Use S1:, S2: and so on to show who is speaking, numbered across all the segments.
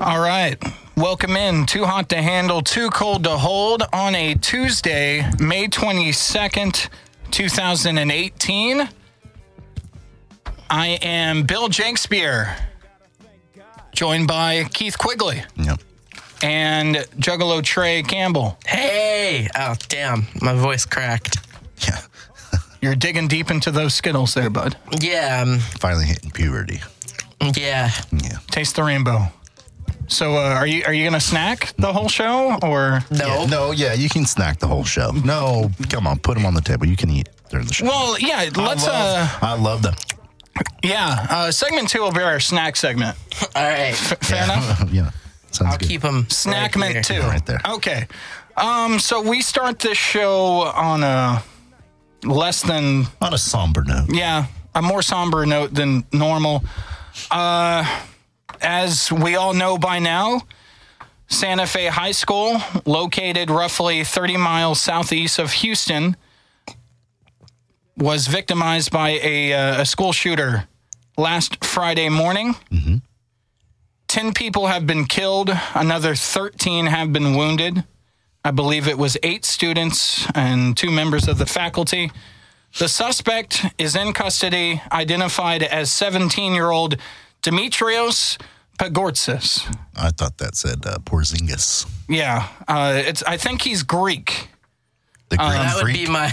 S1: All right. Welcome in. Too hot to handle, too cold to hold on a Tuesday, May 22nd, 2018. I am Bill Jankspear, joined by Keith Quigley
S2: Yep.
S1: and Juggalo Trey Campbell.
S3: Hey! Oh, damn. My voice cracked.
S2: Yeah.
S1: You're digging deep into those Skittles there, bud.
S3: Yeah. um,
S2: Finally hitting puberty.
S3: Yeah.
S2: Yeah.
S1: Taste the rainbow. So, uh, are you are you gonna snack the whole show, or
S3: No.
S2: Yeah, no, yeah, you can snack the whole show. No, come on, put them on the table. You can eat during the show.
S1: well, yeah, let's. uh,
S2: I love them.
S1: Yeah, uh, segment two will be our snack segment.
S3: All right.
S1: Fair enough.
S2: yeah. Sounds
S3: I'll
S2: good.
S3: keep them.
S1: Snackment two,
S2: Right there.
S1: Okay. Um, so we start this show on a less than
S2: on a somber note.
S1: yeah a more somber note than normal. Uh, as we all know by now, Santa Fe High School, located roughly 30 miles southeast of Houston, was victimized by a, uh, a school shooter last Friday morning. 10 people have been killed, another 13 have been wounded. I believe it was eight students and two members of the faculty. The suspect is in custody, identified as 17 year old Demetrios Pagortsis.
S2: I thought that said uh, Porzingis.
S1: Yeah, uh, it's. I think he's Greek.
S2: The Greek
S3: Oh, That would
S2: freak.
S3: be my.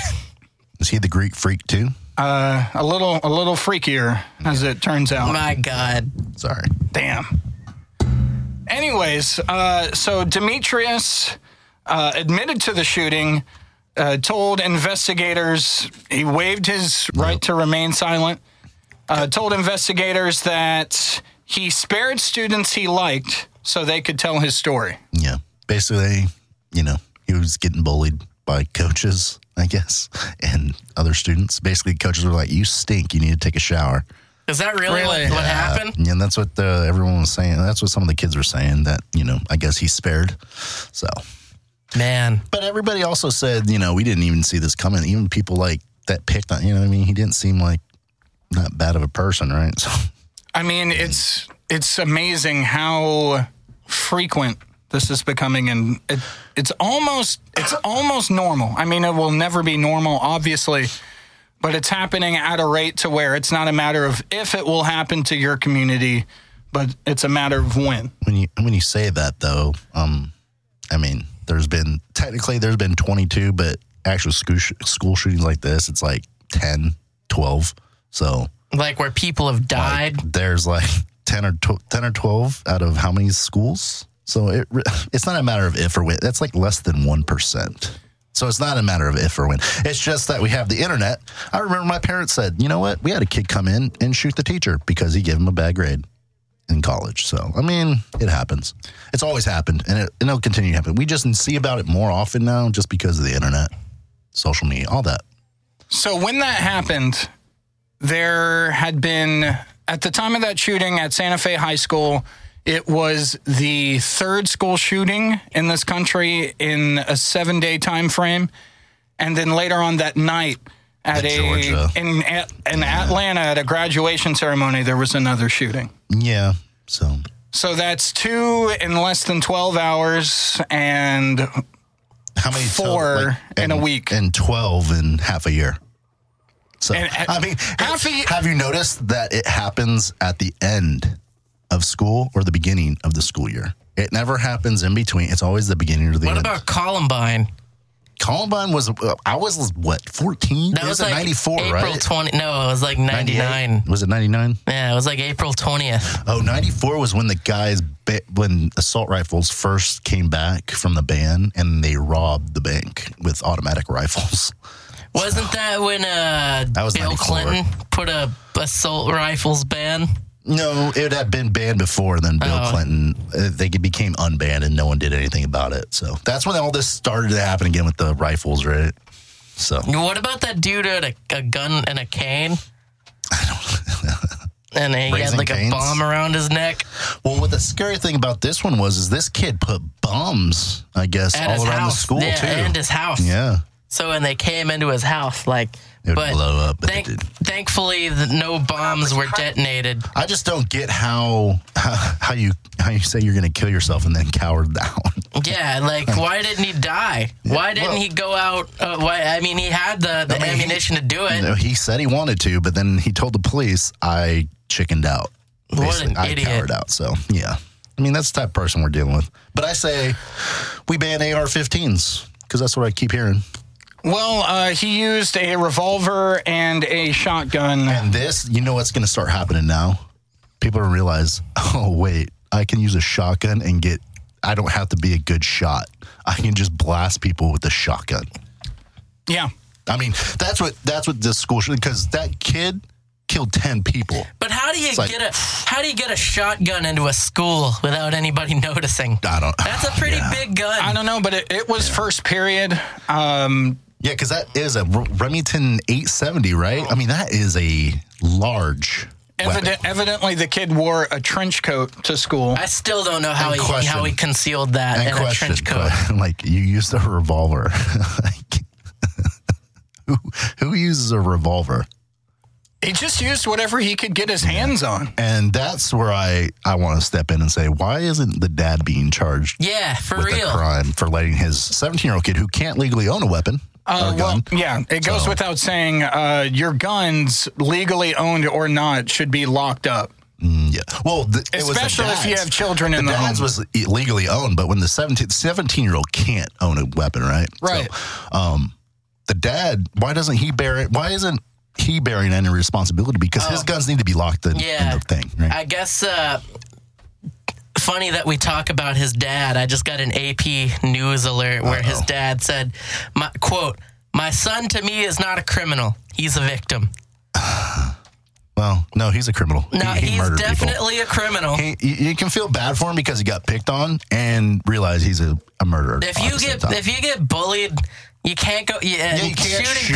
S2: Is he the Greek freak too?
S1: A little, a little freakier, as it turns out.
S3: My God.
S2: Sorry.
S1: Damn. Anyways, uh, so Demetrius uh, admitted to the shooting, uh, told investigators he waived his right to remain silent, uh, told investigators that he spared students he liked so they could tell his story.
S2: Yeah. Basically, you know, he was getting bullied by coaches, I guess, and other students. Basically, coaches were like, "You stink. You need to take a shower."
S3: Is that really,
S1: Really?
S3: What, what
S1: Yeah.
S3: happened?
S2: Yeah, and that's what the, everyone was saying. That's what some of the kids were saying. That you know, I guess he's spared. So,
S3: Man.
S2: but everybody also said, you know, we didn't even see this coming. Even people like that picked on. You know, what I mean, he didn't seem like that bad of a person, right? So,
S1: I mean, it's it's amazing how frequent this is becoming, and it, it's almost it's almost normal. I mean, it will never be normal, obviously, but it's happening at a rate to where it's not a matter of if it will happen to your community, but it's a matter of when.
S2: when you when you say that though, um, I mean, there's been technically there's been 22, but actual school, sh- school shootings like this, it's like 10, 12. So
S3: Like where people have died.
S2: there's like 10 or tw- 10 or 12 out of how many schools? So it re- it's not a matter of if or when. That's like less than 1%. So it's not a matter of if or when. It's just that we have the internet. I remember my parents said, "You know what? We had a kid come in and shoot the teacher because he gave him a bad grade." In college, so I mean, it happens. It's always happened, and, it, and it'll continue to happen. We just see about it more often now, just because of the internet, social media, all that.
S1: So when that happened, there had been at the time of that shooting at Santa Fe High School, it was the third school shooting in this country in a 7-day time frame and then later on that night at,
S2: At
S1: a
S2: Georgia.
S1: in at, in Atlanta at a graduation ceremony there was another shooting.
S2: Yeah. So
S1: So that's two in less than 12 hours and
S2: How many? total,
S1: Four in
S2: and,
S1: a week.
S2: and twelve in half a year. So
S1: And at-
S2: I mean,
S1: half a ye-
S2: have you noticed that it happens at the end of school or the beginning of the school year? It never happens in between. It's always the beginning or the
S3: What
S2: end.
S3: about Columbine?
S2: Columbine was uh, I was what fourteen?
S3: That
S2: it was, in
S3: like
S2: ninety four,
S3: April
S2: right?
S3: 20. No, it was like
S2: 98?
S3: 99.
S2: Was it 99?
S3: Yeah, it was like April 20th.
S2: Oh, 94 was when the guys, ba- when assault rifles first came back from the ban and they robbed the bank with automatic rifles.
S3: Wasn't that when uh,
S2: That was
S3: Bill
S2: 94.
S3: Clinton put a assault rifles ban?
S2: No, it had been banned before. And then Bill
S3: Oh.
S2: Clinton, uh, they became unbanned, and no one did anything about it. So that's when all this started to happen again with the rifles, right? So
S3: What about that dude who had a, a gun and a cane? I don't. and he
S2: Raising
S3: had like
S2: canes?
S3: a bomb around his neck.
S2: Well, what the scary thing about this one was is this kid put bombs, I guess,
S3: at
S2: all
S3: his
S2: around
S3: house.
S2: the school
S3: yeah,
S2: too.
S3: and his house.
S2: yeah.
S3: So when they came into his house, like
S2: It would
S3: But
S2: blow up. but it
S3: Thank,
S2: didn't.
S3: thankfully, the, no bombs were detonated.
S2: I just don't get how how you how you say you're going to kill yourself and then cower down.
S3: Yeah, like why didn't he die? Why didn't
S2: well-
S3: he go out? Uh, why? I mean, he had the, the
S2: mean, he-
S3: ammunition to do it.
S2: No, he said he wanted to, but then he told the police I chickened out.
S3: an
S2: Basically, I
S3: idiot.
S2: cowered out. So yeah, I mean that's the type of person we're dealing with. But I say we ban AR-15s because that's what I keep hearing.
S1: Well, uh, he used a revolver and a shotgun.
S2: And this, you know what's going to start happening now? People are gonna realize, oh wait, I can use a shotgun and get. I don't have to be a good shot. I can just blast people with a shotgun.
S1: Yeah.
S2: I mean, that's what that's what this school should because that kid killed ten people.
S3: But how do you
S2: like-
S3: get a how do you get a shotgun into a school without anybody noticing?
S2: I don't.
S3: That's a pretty big gun.
S1: I don't know, but it, it was first period. Um,
S2: Yeah, because that is a R- Remington 870, right? I mean, that is a large weapon.
S1: evident, evidently, the kid wore a trench coat to school.
S3: I still don't know how
S2: And
S3: he
S2: question.
S3: how he concealed that
S2: And
S3: in a trench coat.
S2: question, like you used a revolver. like, who who uses a revolver?
S1: He just used whatever he could get his hands on.
S2: And that's where I I want to step in and say, why isn't the dad being charged
S3: Yeah, for
S2: with a
S3: real.
S2: crime for letting his 17 year old kid who can't legally own a weapon
S1: Uh,
S2: or
S1: well,
S2: gun?
S1: yeah, it goes
S2: So-
S1: without saying uh, your guns, legally owned or not, should be locked up.
S2: yeah. Well, th- it was the
S1: Especially if you
S2: dad's.
S1: have children in the, home.
S2: dad's was illegally owned, but when the 17, 17 year old can't own a weapon, right?
S1: Right.
S2: So, um, the dad, why doesn't he bear it? Why isn't he bearing any responsibility? Because his guns need to be locked in, in
S3: Yeah.
S2: the thing, right?
S3: I guess uh, funny that we talk about his dad. I just got an AP news alert where his dad said, my, "quote My son to me is not a criminal. He's a victim.
S2: well, no, he's a criminal.
S3: No,
S2: he, he
S3: he's
S2: murdered people.
S3: definitely a criminal.
S2: He, you you can feel bad for him because he got picked on and realize he's a, a murderer.
S3: if
S2: all at
S3: you
S2: the same
S3: get
S2: time.
S3: if you get bullied." You can't go. Yeah,
S2: you can't
S3: shooting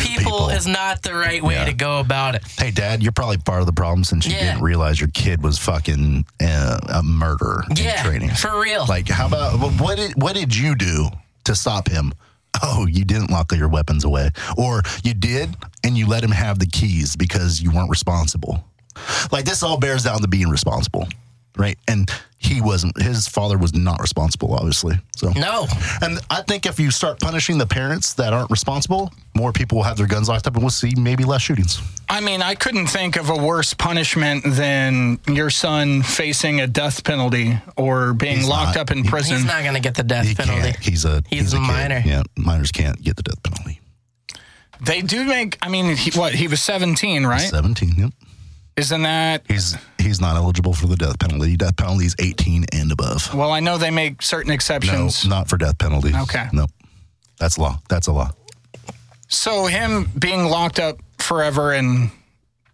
S2: shoot
S3: people,
S2: people.
S3: is not the right way
S2: Yeah.
S3: to go about it.
S2: hey, dad, you're probably part of the problem since you
S3: Yeah.
S2: didn't realize your kid was fucking uh, a murderer
S3: Yeah,
S2: in training.
S3: for real.
S2: Like, how about wh- what did what did you do to stop him? Oh, you didn't lock your weapons away, or you did and you let him have the keys because you weren't responsible. Like this all bears down to being responsible, right? And he wasn't. His father was not responsible, obviously. So
S3: no,
S2: And I think if you start punishing the parents that aren't responsible, more people will have their guns locked up, and we'll see maybe less shootings.
S1: I mean, I couldn't think of a worse punishment than your son facing a death penalty or being locked
S2: not.
S1: up in
S3: he's
S1: prison.
S3: not going to get the death
S2: He
S3: penalty.
S2: can't. He's a
S3: He's a
S2: kid.
S3: minor.
S2: Yeah, minors can't get the death penalty.
S1: They do make, I mean, he, what, he was 17, right?
S2: Seventeen. Yep.
S1: Isn't that,
S2: He's he's not eligible for the death penalty. Death penalty is eighteen and above.
S1: well, I know they make certain
S2: No,
S1: exceptions.
S2: not for death penalty.
S1: Okay.
S2: No, that's law. That's a law.
S1: So him being locked up forever and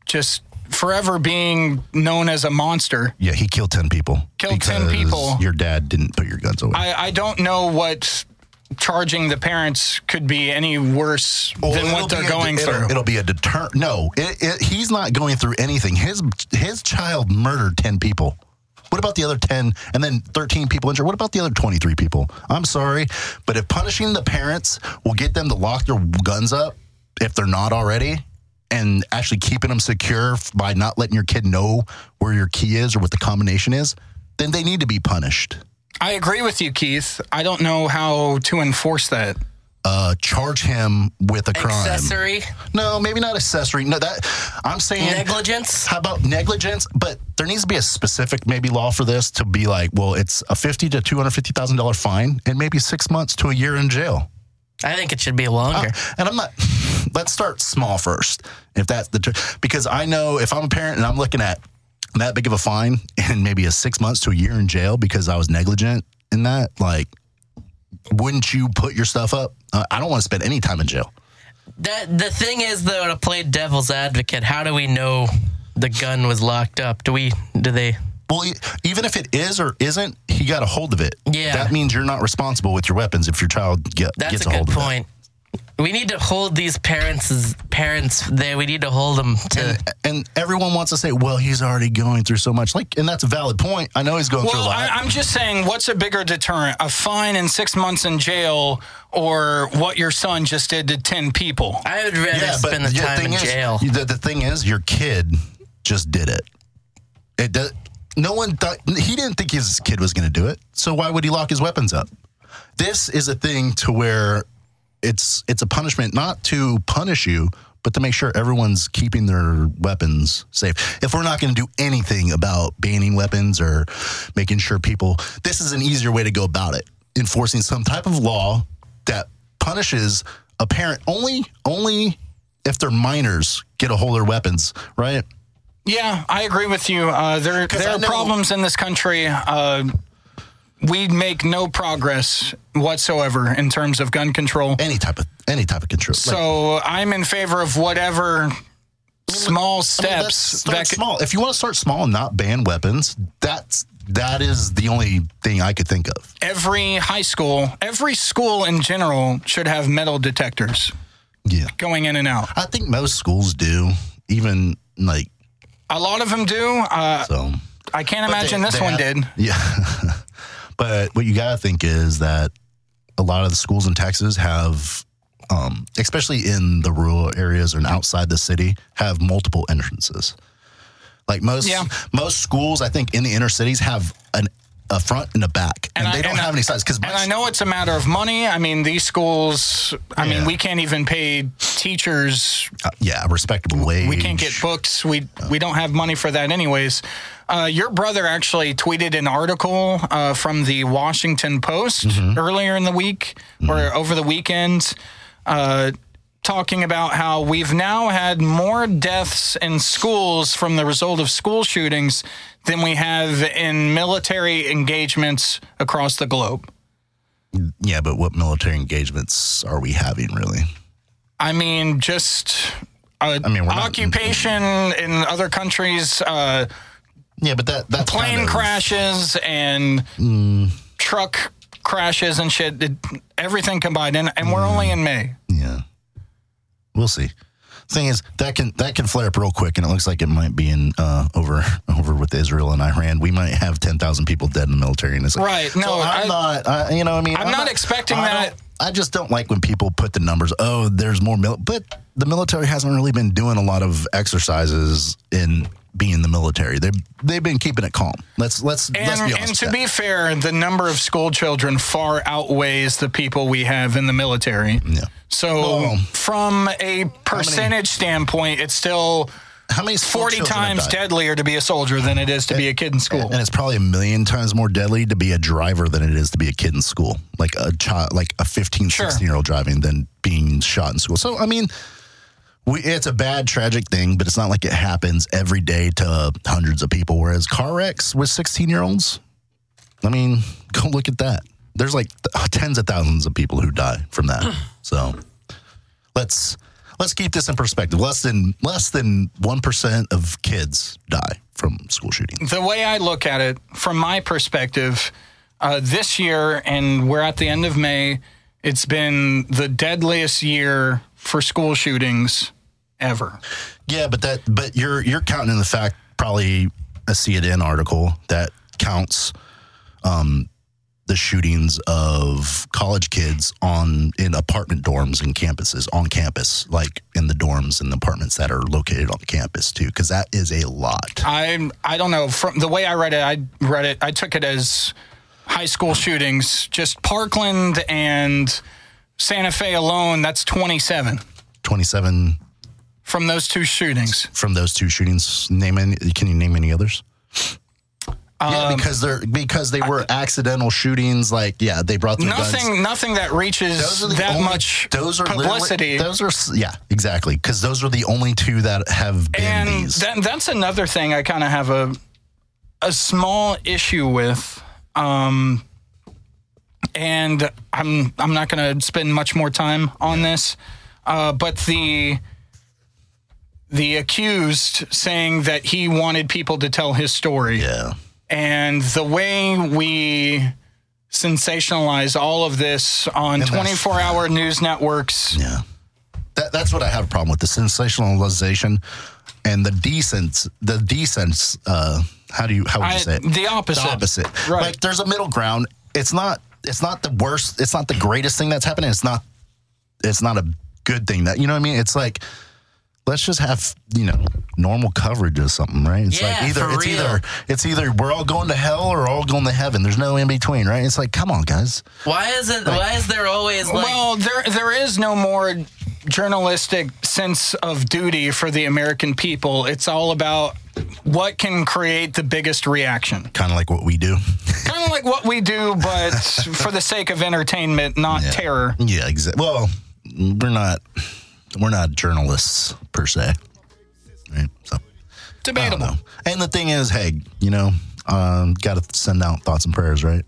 S1: just forever being known as a monster.
S2: Yeah, he killed ten people.
S1: Killed 10
S2: because
S1: people.
S2: Your dad didn't put your guns away.
S1: I, I don't know what charging the parents could be any worse
S2: Well,
S1: than
S2: it'll
S1: what they're
S2: be a-
S1: going
S2: it'll-
S1: through.
S2: It'll be a deterrent. No, it, it, he's not going through anything. His his child murdered ten people. What about the other ten and then thirteen people injured? What about the other twenty three people? I'm sorry, but if punishing the parents will get them to lock their guns up if they're not already. And actually keeping them secure f- by not letting your kid know where your key is or what the combination is, then they need to be punished.
S1: I agree with you, Keith. I don't know how to enforce that.
S2: Uh, charge him with a crime.
S3: Accessory
S2: No, maybe not accessory. No, that I'm saying
S3: negligence.
S2: How about negligence? But there needs to be a specific maybe law for this to be like, well, it's a fifty to two hundred fifty thousand dollar fine and maybe six months to a year in jail.
S3: I think it should be longer.
S2: And I'm not. Let's start small first, if that's the tr- because I know if I'm a parent and I'm looking at that big of a fine and maybe a six months to a year in jail because I was negligent in that, like, wouldn't you put your stuff up? Uh, I don't want to spend any time in jail.
S3: That the thing is though, to play devil's advocate, how do we know the gun was locked up? Do we? Do they?
S2: Well, e- even if it is or isn't, he got a hold of it.
S3: Yeah.
S2: That means you're not responsible with your weapons if your child get,
S3: That's
S2: gets
S3: a
S2: a,
S3: good
S2: hold of it.
S3: point. We need to hold these parents. Parents, they we need to hold them to.
S2: And everyone wants to say, well, he's already going through so much. Like, and that's a valid point. I know he's going through a
S1: Well,
S2: lot.
S1: I, I'm just saying, what's a bigger deterrent? A fine and six months in jail, or what your son just did to 10 people?
S3: I would rather spend the time in
S2: is,
S3: jail.
S2: The, the thing is, your kid just did it. It does. No one thought he didn't think his kid was going to do it. So why would he lock his weapons up? This is a thing to where it's it's a punishment not to punish you, but to make sure everyone's keeping their weapons safe. If we're not going to do anything about banning weapons or making sure people, this is an easier way to go about it. Enforcing some type of law that punishes a parent only only if they're minors get a hold of their weapons, right?
S1: Yeah, I agree with you. Uh, there there
S2: I
S1: are
S2: know-
S1: problems in this country. Uh, we make no progress whatsoever in terms of gun control.
S2: Any type of any type of control. Like,
S1: So I'm in favor of whatever small
S2: Well, that's-
S1: steps
S2: start
S1: that could,
S2: small. If you want to start small and not ban weapons, that's that is the only thing I could think of.
S1: every high school, every school in general should have metal detectors
S2: Yeah,
S1: going in and out.
S2: I think most schools do, even like
S1: A lot of them do. Uh,
S2: so.
S1: I can't
S2: But
S1: imagine
S2: they-
S1: this
S2: they
S1: one
S2: have-
S1: did.
S2: Yeah, but what you gotta think is that a lot of the schools in Texas have. Um, especially in the rural areas and outside the city, have multiple entrances. Like most
S1: Yeah.
S2: most schools, I think in the inner cities have an a front and a back, and,
S1: And I-
S2: they don't
S1: and I-
S2: have any sides because
S1: And I know it's a matter of money. I mean, these schools, I
S2: Yeah.
S1: mean, we can't even pay teachers
S2: uh, yeah, a respectable wage.
S1: we can't get books. We we don't have money for that, anyways. Uh, your brother actually tweeted an article uh, from the Washington Post
S2: Mm-hmm.
S1: earlier in the week or over the weekend, uh, talking about how we've now had more deaths in schools from the result of school shootings than we have in military engagements across the globe.
S2: Yeah, but what military engagements are we having really?
S1: I mean, just. Uh,
S2: mean, we're not-
S1: occupation in other countries, uh,
S2: Yeah, but that that
S1: plane
S2: kind of-
S1: crashes and truck crashes and shit. It, everything combined, and, and we're only in May.
S2: Yeah, we'll see. Thing is, that can that can flare up real quick, and it looks like it might be in uh, over over with Israel and Iran. We might have ten thousand people dead in the military, and it's like,
S1: Right, no,
S2: So I'm
S1: I-
S2: not. I, you know, what I mean,
S1: I'm not expecting
S2: I
S1: that.
S2: don't- I just don't like when people put the numbers. Oh, there's more mil, but the military hasn't really been doing a lot of exercises in being the military. They they've been keeping it calm. Let's let's let's
S1: And,
S2: be honest.
S1: and
S2: with
S1: to
S2: that.
S1: be fair, the number of school children far outweighs the people we have in the military.
S2: Yeah.
S1: So,
S2: Well,
S1: from a percentage standpoint, it's still
S2: How many school
S1: 40
S2: children have
S1: times
S2: died?
S1: deadlier to be a soldier than it is to be a kid in school.
S2: And it's probably a million times more deadly to be a driver than it is to be a kid in school. Like a child, like a 15,
S1: Sure.
S2: 16 year old driving than being shot in school. So, I mean, we, it's a bad, tragic thing, but it's not like it happens every day to hundreds of people. Whereas car wrecks with 16 year olds, I mean, go look at that. There's like th- tens of thousands of people who die from that. so let's let's keep this in perspective. Less than less than one percent of kids die from school shootings.
S1: the way I look at it, from my perspective, uh, this year, and we're at the end of May, it's been the deadliest year for school shootings ever.
S2: Yeah, but that but you're you're counting in the fact probably a CNN article that counts um the shootings of college kids on in apartment dorms and campuses on campus, like in the dorms and the apartments that are located on campus too, because that is a lot.
S1: I I don't know from the way I read it. I read it. I took it as high school shootings, just Parkland and Santa Fe alone. That's twenty seven
S2: Twenty seven
S1: from those two shootings.
S2: from those two shootings. Name any? Can you name any others? yeah, because they're because they were accidental shootings. Like, yeah, they brought their guns.
S1: Nothing, nothing that reaches that
S2: only-
S1: much
S2: Those are literally-
S1: publicity.
S2: Those are s- yeah, exactly. Because those are the only two that have been
S1: and
S2: these.
S1: that, that's another thing I kind of have a a small issue with. Um, and I'm I'm not going to spend much more time on this, uh, but the the accused saying that he wanted people to tell his story
S2: yeah,
S1: and the way we sensationalize all of this on
S2: that's-
S1: 24 hour news networks.
S2: Yeah. That, that's what I have a problem with the sensationalization and the decent, the decent, uh, how do you, how would you
S1: I,
S2: say it?
S1: the opposite.
S2: The opposite.
S1: Right.
S2: Like there's a middle ground. It's not it's not the worst, it's not the greatest thing that's happening. It's not it's not a good thing that you know what I mean? It's like let's just have, you know, normal coverage or something, right? It's
S3: Yeah,
S2: like either
S3: for
S2: it's
S3: real.
S2: either it's either we're all going to hell or all going to heaven. There's no in between, right? It's like, come on, guys.
S3: Why is it? Why is there always like?
S1: well, there there is no more journalistic sense of duty for the American people. It's all about what can create the biggest reaction.
S2: Kind of like what we do.
S1: kind of like what we do, but for the sake of entertainment, not terror.
S2: Yeah, exactly. Well, we're not we're not journalists per se. Right? So I don't
S1: Debatable.
S2: know. And the thing is, hey, you know, um, got to send out thoughts and prayers, right?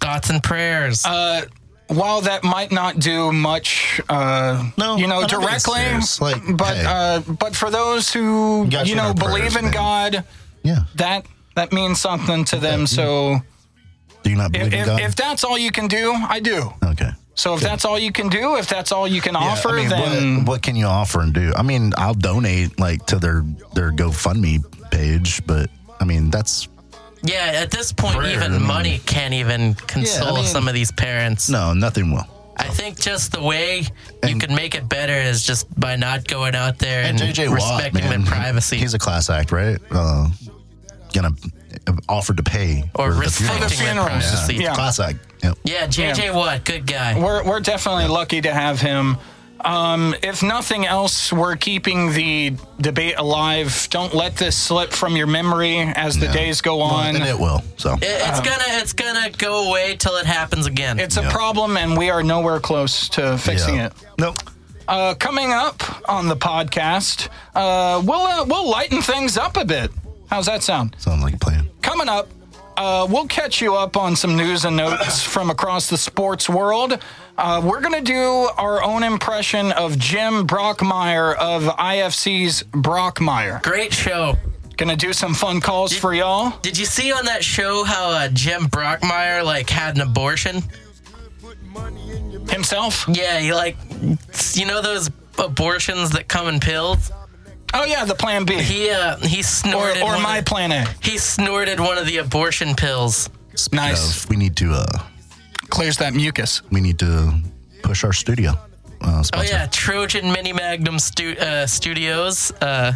S3: thoughts and prayers.
S2: uh,
S1: While that might not do much, uh,
S2: No,
S1: you
S2: I
S1: know,
S2: don't think it's
S1: directly,
S2: serious. Like,
S1: but
S2: hey.
S1: uh, but for those who
S2: Got
S1: you
S2: you in
S1: know
S2: our
S1: believe
S2: prayers,
S1: in
S2: man.
S1: God,
S2: Yeah.
S1: that that means something to them. So
S2: Do you not believe
S1: if,
S2: in God?
S1: if that's all you can do, I do.
S2: okay.
S1: So if that's all you can do, if that's all you can
S2: Yeah,
S1: offer,
S2: I mean,
S1: then
S2: what, what can you offer and do? I mean, I'll donate like to their their GoFundMe page, but I mean, that's
S3: yeah, at this point,
S2: prayer,
S3: even
S2: I mean-
S3: money can't even console
S2: mean-
S3: some of these parents.
S2: no, nothing will.
S3: I think just the way you can make it better is just by not going out there and,
S2: And JJ Watt,
S3: respecting
S2: man,
S3: their privacy.
S2: He's a class act, right? Uh, gonna uh, offered to pay
S3: or
S2: for the funeral.
S3: respecting their
S1: funeral. Yeah.
S3: privacy.
S1: Yeah.
S2: class act. Yep.
S3: Yeah, JJ Watt, good guy.
S1: we're we're definitely lucky to have him. Um, if nothing else, we're keeping the debate alive. Don't let this slip from your memory as the days go on.
S2: and it will. So
S3: It- It's gonna it's gonna go away till it happens again.
S1: um, It's a
S2: Yeah.
S1: problem, and we are nowhere close to fixing
S2: yeah.
S1: it.
S2: Nope.
S1: Uh, coming up on the podcast, uh, we'll uh, we'll lighten things up a bit. How's that sound?
S2: Sounds like a plan.
S1: Coming up, uh, we'll catch you up on some news and notes from across the sports world. Uh, we're going to do our own impression of Jim Brockmeyer of IFC's Brockmeyer.
S3: Great show.
S1: Going to do some fun calls for y'all.
S3: Did you see on that show how uh, Jim Brockmeyer like had an abortion?
S1: Himself?
S3: Yeah, he like you know those abortions that come in pills.
S1: Oh, yeah, the plan B.
S3: He uh he
S1: Or,
S3: snorted
S1: or
S3: one
S1: my
S3: of,
S1: plan A.
S3: he snorted one of the abortion pills.
S2: Speaking
S1: Nice.
S2: of, we need to uh,
S1: Clears that mucus.
S2: we need to push our studio. Uh,
S3: Oh
S2: sponsor.
S3: yeah, Trojan Mini Magnum stu- uh, Studios. Uh,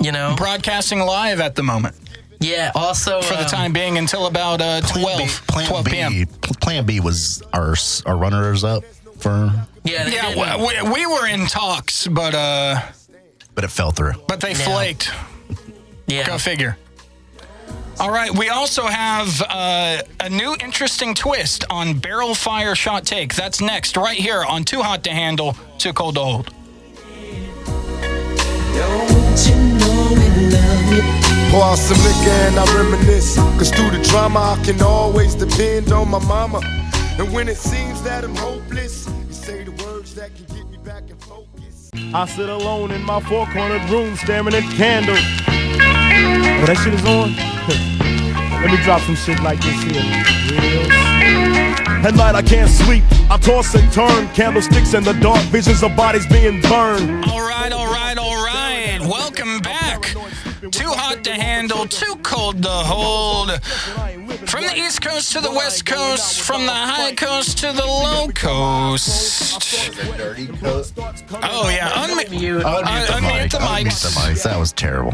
S3: you know,
S1: Broadcasting live at the moment
S3: yeah. Also um,
S1: for the time being until about uh, 12, 12 p.m.
S2: B, pl- plan B was our s- our runners up for,
S3: Yeah, they
S1: Yeah,
S3: didn't-
S1: w- we, we were in talks, but uh,
S2: but it fell through.
S1: but they
S3: No.
S1: flaked.
S3: yeah.
S1: Go figure. All right, we also have uh, a new interesting twist on barrel fire shot take. That's next, right here on Too Hot to Handle, Too Cold to Hold.
S4: Don't you know we love you?
S5: Pour out some liquor and I reminisce. Cause through the drama, I can always depend on my mama. And when it seems that I'm hopeless, you say the words that can get me back in focus.
S6: I sit alone in my four cornered room staring at candles. Oh, that shit is on? Let me drop some shit like this here. Real slow. At night I can't sleep. I toss and turn. Candlesticks in the dark. Visions of bodies being burned.
S1: All right, all right, all right. Welcome back. Too Hot to Handle, Too Cold to Hold. From the East Coast to the West Coast, from the High Coast to the Low Coast.
S2: Dirty coat.
S1: Oh, yeah. Unmi-
S3: You-
S2: Unmute the,
S1: Uh, unmute
S2: mic.
S1: the
S2: Unmute the
S1: mics.
S2: mics. That was terrible.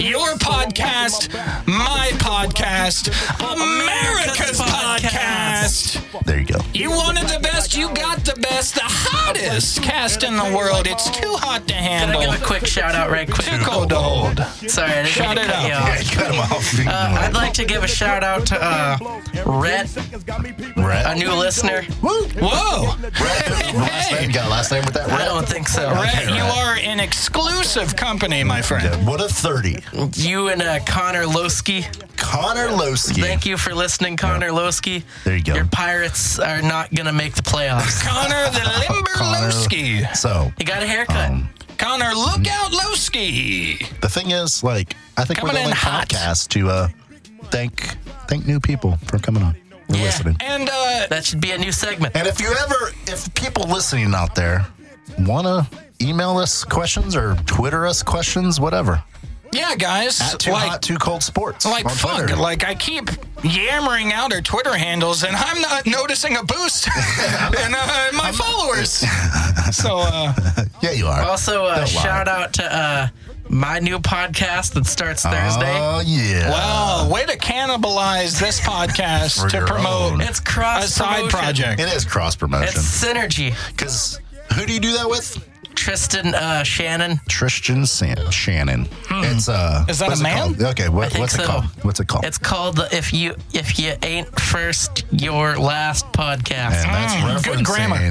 S1: Your podcast, my podcast, America's podcast.
S2: There you go.
S1: You wanted the best, you got the best, the hottest cast in the world. It's too hot to
S3: Can I
S1: handle.
S3: give a quick shout out right quick?
S1: Too cold to hold.
S3: Sorry, I didn't
S1: Shout
S3: mean to
S1: it
S3: cut
S1: out.
S3: you off.
S2: Yeah, cut him off.
S3: Uh, I'd like to give a shout out to uh, Rhett,
S2: Rat.
S3: a new listener.
S1: Whoa!
S2: last name. You
S1: Hey,
S2: got a last name with that?
S3: I
S2: Rat?
S3: don't think so.
S1: Brett, you are in exclusive company, my friend.
S2: Yeah, what a 30.
S3: You and uh, Connor Lowski.
S2: Connor Lowski.
S3: Thank you for listening, Connor Lowski.
S2: There you go.
S3: Your Pirates are not going to make the playoffs.
S1: Connor the Limberlowski.
S2: Uh, So,
S3: You got a haircut.
S2: Um,
S1: Connor, look out, Lowski.
S2: the thing is, like, I think
S1: Coming
S2: we're the
S1: in
S2: only
S1: hot.
S2: podcast to uh, thank, thank new people for coming on. They're
S3: Yeah.
S2: listening.
S1: And uh,
S3: That should be a new segment.
S2: And if you ever, if people listening out there want to email us questions or Twitter us questions, whatever,
S1: yeah, guys,
S2: at too
S1: like
S2: hot, too cold sports.
S1: like
S2: on
S1: fuck,
S2: Twitter.
S1: like I keep yammering out our Twitter handles, and I'm not noticing a boost in uh, my followers. so uh,
S2: yeah, you are.
S3: Also, uh,
S2: Don't lie.
S3: shout out to uh, my new podcast that starts Thursday.
S2: Oh yeah.
S1: wow, way to cannibalize this
S2: For
S1: podcast to
S2: your
S1: promote
S2: own.
S3: it's cross
S1: a side project.
S2: It is cross
S3: It's
S2: promotion.
S3: synergy.
S2: Because who do you do that with?
S3: Tristan uh, Shannon.
S2: Tristan San- Shannon. It's uh.
S1: Hmm. Is that a
S2: what's it
S1: man?
S2: called? Okay.
S3: I
S2: What,
S3: think
S2: what's it
S3: so.
S2: called? What's it called?
S3: It's called the if you if you ain't first your last podcast.
S2: and that's
S1: Mm, good
S2: referencing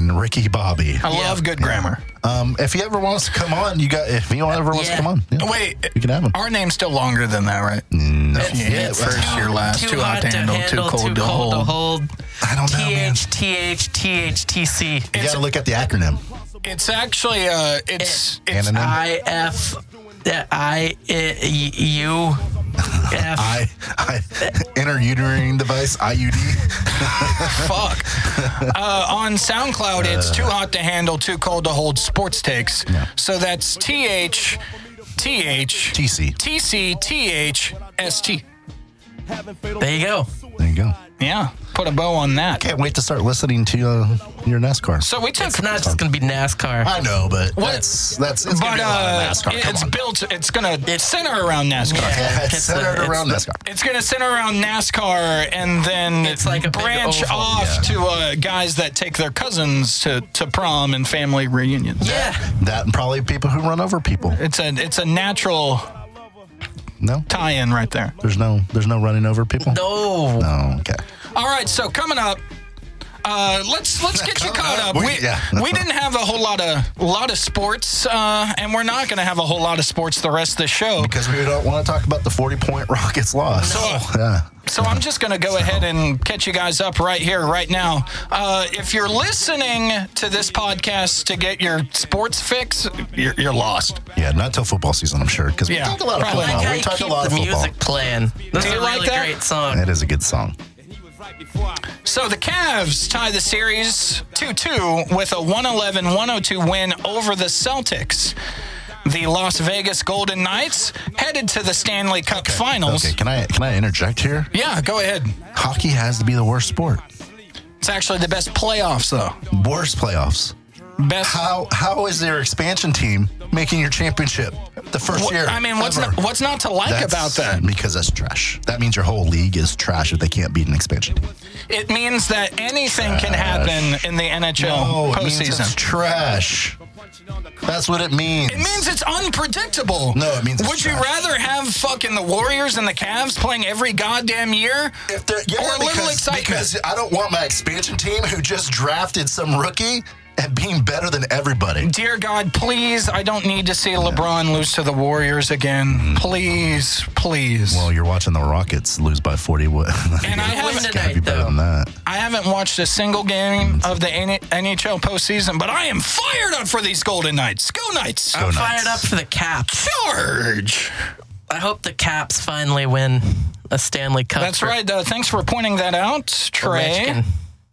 S1: grammar.
S2: Ricky Bobby.
S1: I love good grammar.
S2: Um, if he ever wants to come on, you got. If he ever wants
S3: Yeah.
S2: to come on, yeah,
S1: Wait,
S2: you can have him.
S1: our name's still longer than that, right?
S3: It's,
S2: Yeah,
S3: it's
S2: first
S1: your last, too hot to handle, too cold to
S3: hold.
S2: I don't know,
S3: T
S2: man.
S3: H T H T H T C
S2: You
S1: It's-
S2: got to look at the acronym.
S1: It's actually uh, it's it's
S2: Anonym.
S3: I F I I U F.
S2: I, I interuterine device IUD.
S1: fuck. Uh, on SoundCloud, it's
S2: Uh.
S1: too hot to handle, too cold to hold sports takes. So that's T H T H
S2: TC.
S1: T C T H S T.
S3: There you go.
S2: There you go.
S1: Yeah, put a bow on that.
S2: Can't wait to start listening to uh, your NASCAR.
S1: So we took,
S3: It's not just gonna be NASCAR.
S2: I know, but
S1: What?
S2: that's that's it's gonna
S1: but
S2: be a lot
S1: uh,
S2: of NASCAR. Come
S1: it's
S2: on.
S1: built. It's gonna center around NASCAR.
S2: Yeah, it's
S3: It's a-
S2: centered
S3: it's
S2: around
S3: the-
S2: NASCAR.
S1: It's gonna center around NASCAR and then
S3: It's like a big
S1: branch
S3: oval.
S1: off to uh, guys that take their cousins to, to prom and family reunions.
S3: Yeah.
S2: That and probably people who run over people.
S1: It's a it's a natural
S2: No,
S1: tie-in right there.
S2: there's no there's no running over people.
S3: No.
S2: Oh, okay.
S1: All right, so coming up, uh, let's let's get you caught
S2: Coming
S1: up.
S2: up,
S1: We,
S2: we- yeah.
S1: we didn't have a whole lot of lot of sports, uh, and we're not going to have a whole lot of sports the rest of the show.
S2: Because we don't want to talk about the 40 point Rockets loss.
S1: So-
S2: yeah.
S1: So I'm just going to go ahead and catch you guys up right here, right now. Uh, if you're listening to this podcast to get your sports fix, you're, you're lost.
S2: Yeah, not till football season, I'm sure. Because
S1: Yeah,
S2: we talked a lot of
S1: probably.
S3: I like
S2: football.
S3: how
S2: We
S3: you
S2: talked a
S3: keep
S2: lot
S3: the
S2: of football.
S3: music playing. This
S1: Do
S3: is
S1: you
S3: a
S1: like
S3: really
S1: that?
S3: great song.
S2: That is a good song.
S1: So the Cavs tie the series 2 2 with a 111 102 win over the Celtics. The Las Vegas Golden Knights headed to the Stanley Cup Finals.
S2: Okay, can I can I interject here?
S1: Yeah, go ahead.
S2: Hockey has to be the worst sport.
S1: It's actually the best playoffs, though.
S2: Worst playoffs.
S1: Best.
S2: How how is their expansion team making your championship the first
S1: Wha-
S2: year?
S1: I mean, what's
S2: ever?
S1: not, what's not to like
S2: That's-
S1: about that?
S2: Because that's trash. That means your whole league is trash if they can't beat an expansion team.
S1: It means that anything can happen in the NHL
S2: No, it means it's
S1: postseason.
S2: trash. That's what it means.
S1: It means it's unpredictable.
S2: No, it means it's
S1: Would you
S2: trash.
S1: rather have fucking the Warriors and the Cavs playing every goddamn year?
S2: If they're- yeah,
S1: Or a little
S2: because-
S1: excitement.
S2: Because I don't want my expansion team who just drafted some rookie and being better than everybody.
S1: Dear God, please, I don't need to see LeBron lose to the Warriors again. Please, please.
S2: Mm. Well, Oh, you're watching the Rockets lose by 40. What?
S1: and I
S3: Win
S1: haven't,
S2: Gotta be
S3: tonight,
S2: better than
S3: though.
S2: that.
S1: I haven't watched a single game of the N- NHL postseason, but I am fired up for these Golden Knights. Go Knights!
S3: I'm
S2: Go
S3: fired
S2: Knights.
S3: up for the Caps.
S1: Charge!
S3: I hope the Caps finally win a Stanley Cup.
S1: That's
S3: for
S1: right. Uh, thanks for pointing that out, Trey.
S3: Ovechkin.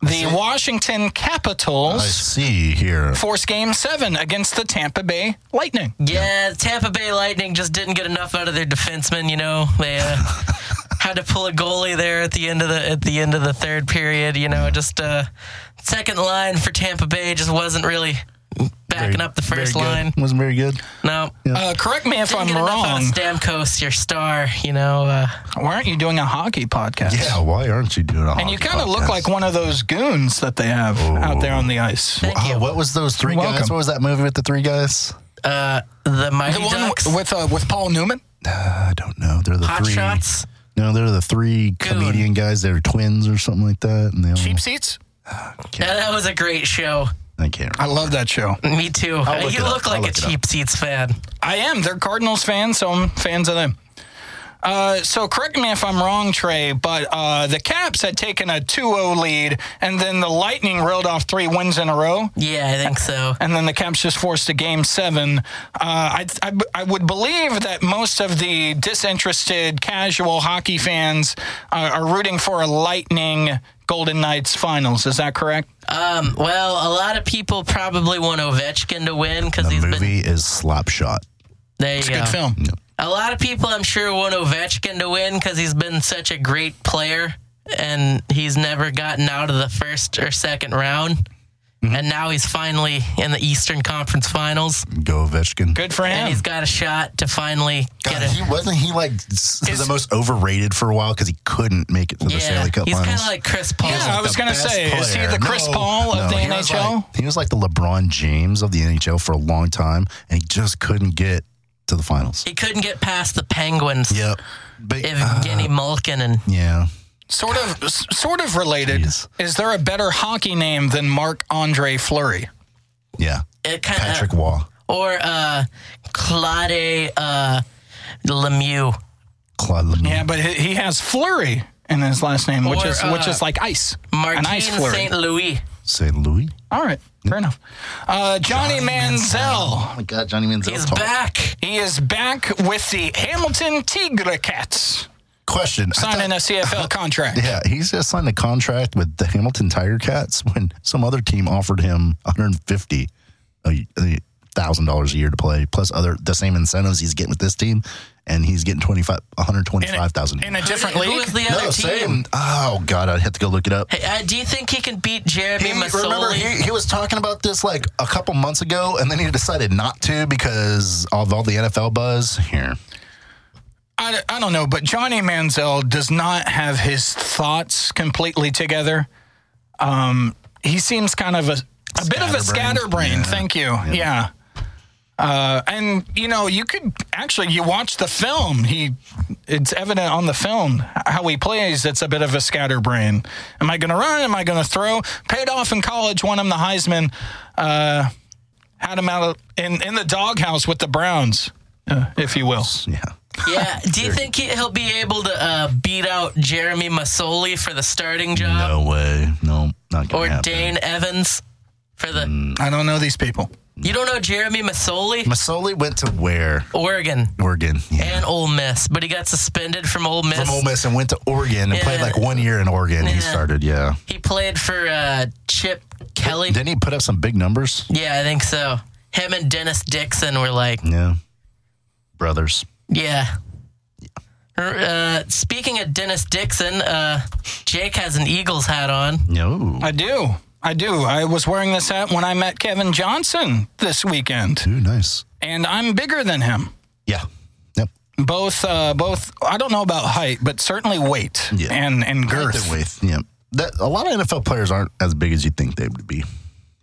S1: The Washington
S2: I
S1: Capitals
S2: see here.
S1: force game seven against the Tampa Bay Lightning.
S3: Yeah, Tampa Bay Lightning just didn't get enough out of their defensemen. You know, they uh, had to pull a goalie there at the end of the at the end of the third period. You know, just uh, second line for Tampa Bay just wasn't really backing up the first line.
S2: Wasn't very good.
S3: No.
S1: Uh, correct me if
S3: Didn't
S1: I'm
S3: get enough out
S1: wrong.
S3: of Stamkos, your star, you know. Uh,
S1: Why aren't you doing a hockey podcast?
S2: Yeah, why aren't you doing a
S1: And you kind of look like one of those goons that they have out there on the ice.
S3: thank you.
S2: Uh, what was those three
S1: Welcome.
S2: guys? What was that movie with the three guys?
S3: The Mighty
S1: The one
S3: Ducks,
S1: with uh, with Paul Newman.
S2: I don't know. They're the
S3: Hot
S2: three.
S3: Shots.
S2: No, they're the three comedian guys. They're twins or something like that. And they all,
S1: Cheap seats.
S3: Yeah, that was a great show.
S2: I can't.
S1: I love that show.
S3: Me too.
S2: I'll look
S3: you
S2: it up.
S3: look
S2: I'll
S3: like
S2: look
S3: a
S2: it up.
S3: cheap seats fan.
S1: I am. They're Cardinals fans, so I'm fans of them. Uh, so correct me if I'm wrong, Trey, but uh, the Caps had taken a 2-0 lead, and then the Lightning reeled off three wins in a row,
S3: Yeah, I think so.
S1: and then the Caps just forced a game seven. Uh, I, I, I would believe that most of the disinterested, casual hockey fans uh, are rooting for a Lightning Golden Knights finals. Is that correct?
S3: Um, well, a lot of people probably want Ovechkin to win because
S2: The
S3: he's been
S2: movie is Slapshot.
S3: there. You
S1: It's a
S3: go.
S1: good film.
S3: A lot of people, I'm sure, want Ovechkin to win because he's been such a great player and he's never gotten out of the first or second round.
S2: Mm-hmm.
S3: And now he's finally in the Eastern Conference Finals,
S2: Go Ovechkin.
S1: Good for him.
S3: and he's got a shot to finally
S2: God,
S3: get it.
S2: he wasn't he like s-
S1: Is-
S2: the most overrated for a while because he couldn't make it to the
S3: Yeah,
S2: Stanley Cup
S3: he's kind
S2: Finals.
S3: of like Chris Paul.
S1: Yeah, I was
S2: the
S1: gonna
S2: best
S1: say, is he
S2: player.
S1: the Chris Paul of the
S2: he was
S1: NHL?
S2: like- he was like the LeBron James of the NHL for a long time, and he just couldn't get to the finals.
S3: He couldn't get past the Penguins.
S2: Yep. But, uh,
S3: Evgeny Malkin and
S2: yeah.
S1: Sort of, s- sort of related.
S2: Jeez.
S1: Is there a better hockey name than Marc Andre Fleury?
S2: Yeah.
S3: it kind
S2: Patrick
S3: of
S2: Waugh.
S3: uh, or uh, Claude uh, Lemieux.
S2: Claude Lemieux.
S1: Yeah, but he- he has Fleury in his last name, which
S3: Or,
S1: is which
S3: uh,
S1: is like ice, an
S3: Martin
S1: ice Fleury.
S3: St. Louis.
S2: St. Louis.
S1: All right, fair enough. Uh, Johnny, Manziel,
S2: Oh my God, Johnny Manziel.
S3: He's
S2: talk.
S3: back.
S1: he is back with the Hamilton Tigre Cats,
S2: Question. I
S1: signing
S2: thought-
S1: a CFL contract.
S2: yeah, he's just signed a contract with the Hamilton Tiger Cats when some other team offered him 150 thousand dollars a year to play, plus other the same incentives he's getting with this team, and he's getting 25 125,000.
S1: in a different
S3: Who
S1: league.
S3: is the other
S2: No,
S3: team?
S2: same. Oh God, I'd have to go look it up.
S3: Hey, uh, do you think he can beat Jeremy
S2: He, remember,
S3: Masoli?
S2: he, he was talking about this like a couple months ago, and then he decided not to because of all the NFL buzz. Here,
S1: I, I don't know, but Johnny Manziel does not have his thoughts completely together. Um, he seems kind of a, a bit of a
S2: Scatterbrained.
S1: scatterbrain. Thank you. Yeah. Uh, and you know, you could actually you watch the film. He, it's evident on the film how he plays. It's a bit of a scatterbrain. Am I going to run? Am I going to throw? Paid off in college. Won him the Heisman. Uh, had him out of, in in the doghouse with the Browns, uh, if you will.
S2: yeah,
S3: yeah. Do you think he, he'll be able to uh, beat out Jeremy Masoli for the starting job
S2: no way, no, Mm. not gonna
S3: or
S2: happen.
S3: Dane Evans for the?
S1: I don't know these people.
S3: You don't know Jeremy Masoli,
S2: Masoli went to where?
S3: Oregon
S2: Oregon. Yeah.
S3: and Ole Miss, but he got suspended from Ole Miss.
S2: from Ole Miss and went to Oregon and
S3: Yeah.
S2: played like one year in Oregon. He
S3: Yeah.
S2: started, yeah.
S3: He played for uh, Chip Kelly.
S2: Didn't he put up some big numbers?
S3: Yeah, I think so. Him and Dennis Dixon were like,
S2: Yeah. Brothers.
S3: yeah. Uh, speaking of Dennis Dixon, uh, Jake has an Eagles hat on.
S2: No.
S1: I do. I do. I was wearing this hat when I met Kevin Johnson this weekend,
S2: Ooh, nice.
S1: and I'm bigger than him.
S2: Yeah. Yep.
S1: Both, uh, both. I don't know about height, but certainly weight
S2: Yeah.
S1: and and girth.
S2: Good with. Yeah. That, a lot of NFL players aren't as big as you think they would be.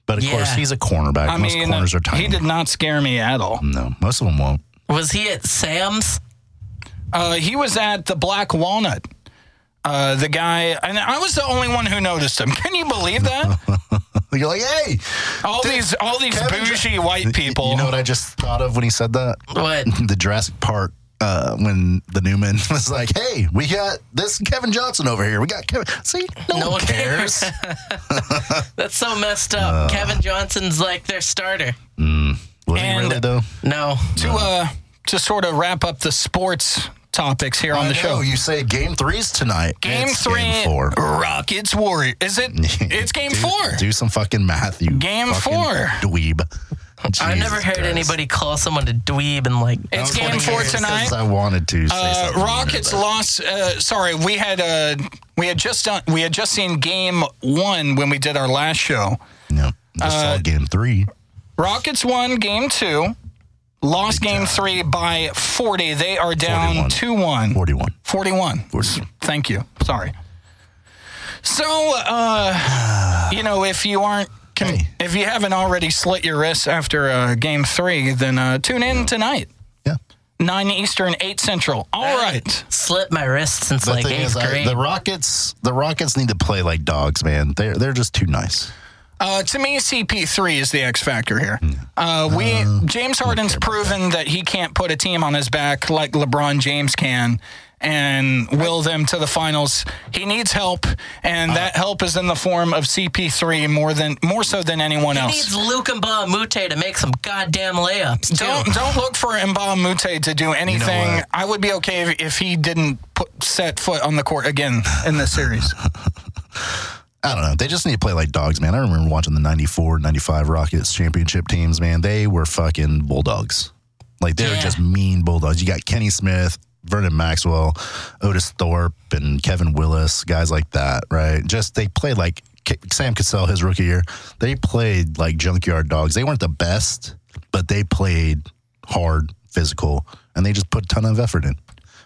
S2: But of
S3: Yeah.
S2: course, he's a cornerback.
S1: I
S2: most
S1: mean,
S2: corners are tiny. Mm.
S1: he did not scare me at all.
S2: no, most of them won't.
S3: Was he at Sam's?
S1: Uh, he was at the Black Walnut. Uh, the guy, and I was the only one who noticed him. Can you believe that?
S2: You're like, hey,
S1: All these, all these
S2: Kevin Jo-
S1: bougie white people.
S2: You know what I just thought of when he said that?
S3: What?
S2: the Jurassic Park uh, when the Newman was like, "Hey, we got this Kevin Johnson over here. We got Kevin. See, no, one
S3: one
S2: cares.
S3: That's so messed
S2: Uh.
S3: up. Kevin Johnson's like their starter.
S2: Was he
S1: And-
S2: really though?
S3: No.
S1: to uh, to sort of wrap up the sports topics here on
S2: I
S1: the
S2: know,
S1: show.
S2: You say game three's tonight.
S1: Game
S2: It's
S1: three,
S2: Game four.
S1: Rockets Warrior. Is it? It's game
S2: do,
S1: four.
S2: Do some fucking math, you
S1: Game
S2: fucking
S1: four.
S2: dweeb.
S3: I've
S2: Jesus
S3: never heard
S2: Christ.
S3: anybody call someone a dweeb and like.
S1: It's
S3: I
S1: game
S3: was
S1: four
S3: wondering-
S1: tonight.
S2: I wanted to. Say
S1: Uh,
S2: something
S1: Rockets
S2: but-
S1: lost. Uh, sorry, we had uh, we had just done, we had just seen game one when we did our last show.
S2: No, just
S1: Uh,
S2: saw game three.
S1: Rockets won game two, lost game three by forty. They are down
S2: 41.
S1: two one.
S2: Forty-one.
S1: 41. Thank you. Sorry. So, uh, you know, if you aren't, com-
S2: Hey.
S1: if you haven't already slit your wrists after uh, game three, then uh, tune in tonight.
S2: Yeah.
S1: 9 Eastern, 8 Central. All right.
S3: Slit my wrist since
S2: The
S3: like
S2: thing
S3: eighth
S2: is, I-
S3: grade.
S2: the Rockets, the Rockets need to play like dogs, man. They're they're just too nice.
S1: Uh, to me, CP3 is the X factor here.
S2: Hmm.
S1: Uh, we James Harden's proven that he can't put a team on his back like LeBron James can, and will them to the finals. He needs help,
S2: Uh.
S1: and that help is in the form of CP3 more than more so than anyone
S3: He
S1: else.
S3: needs Lukumba Mute to make some goddamn layups. too.
S1: Don't don't look for Mbamute to do anything.
S2: what?
S1: I would be okay if, if he didn't put set foot on the court again in this series.
S2: I don't know. They just need to play like dogs, man. I remember watching the 94, 95 Rockets championship teams, man. They were fucking bulldogs. Like they were
S3: Yeah.
S2: just mean bulldogs. You got Kenny Smith, Vernon Maxwell, Otis Thorpe, and Kevin Willis, guys like that, right? Just they played like K- Sam Cassell, his rookie year. They played like junkyard dogs. They weren't the best, but they played hard, physical, and they just put a ton of effort in.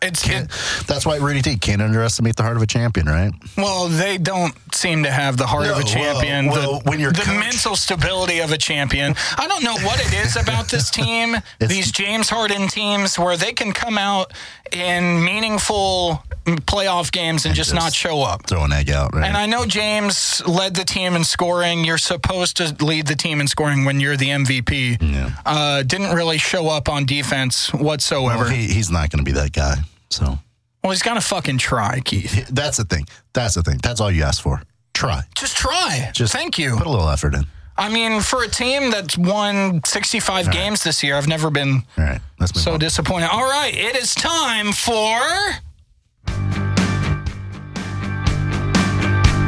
S1: It's
S2: Can't-
S1: it,
S2: that's why Rudy T can't underestimate the heart of a champion, right?
S1: well, they don't seem to have the heart of
S2: No,
S1: a
S2: well,
S1: champion.
S2: well,
S1: the
S2: when you're
S1: the
S2: coach-
S1: mental stability of a champion. I don't know what it is about this team, these James Harden teams, where they can come out in meaningful playoff games and, just,
S2: just-
S1: not show up.
S2: Throw an egg out, right?
S1: And I know James led the team in scoring. You're supposed to lead the team in scoring when you're the MVP. Uh, didn't really show up on defense whatsoever.
S2: Well,
S1: Well,
S2: he, he's not going to be that guy. So
S1: he's got to fucking try, Keith.
S2: that's the thing. That's the thing. That's all you ask for. Try.
S1: Just try.
S2: Just
S1: Thank you.
S2: Put a little effort in.
S1: I mean, for a team that's won 65 games this year, I've never been
S2: All right. Let's move
S1: so
S2: on.
S1: disappointed. All right, it is time for.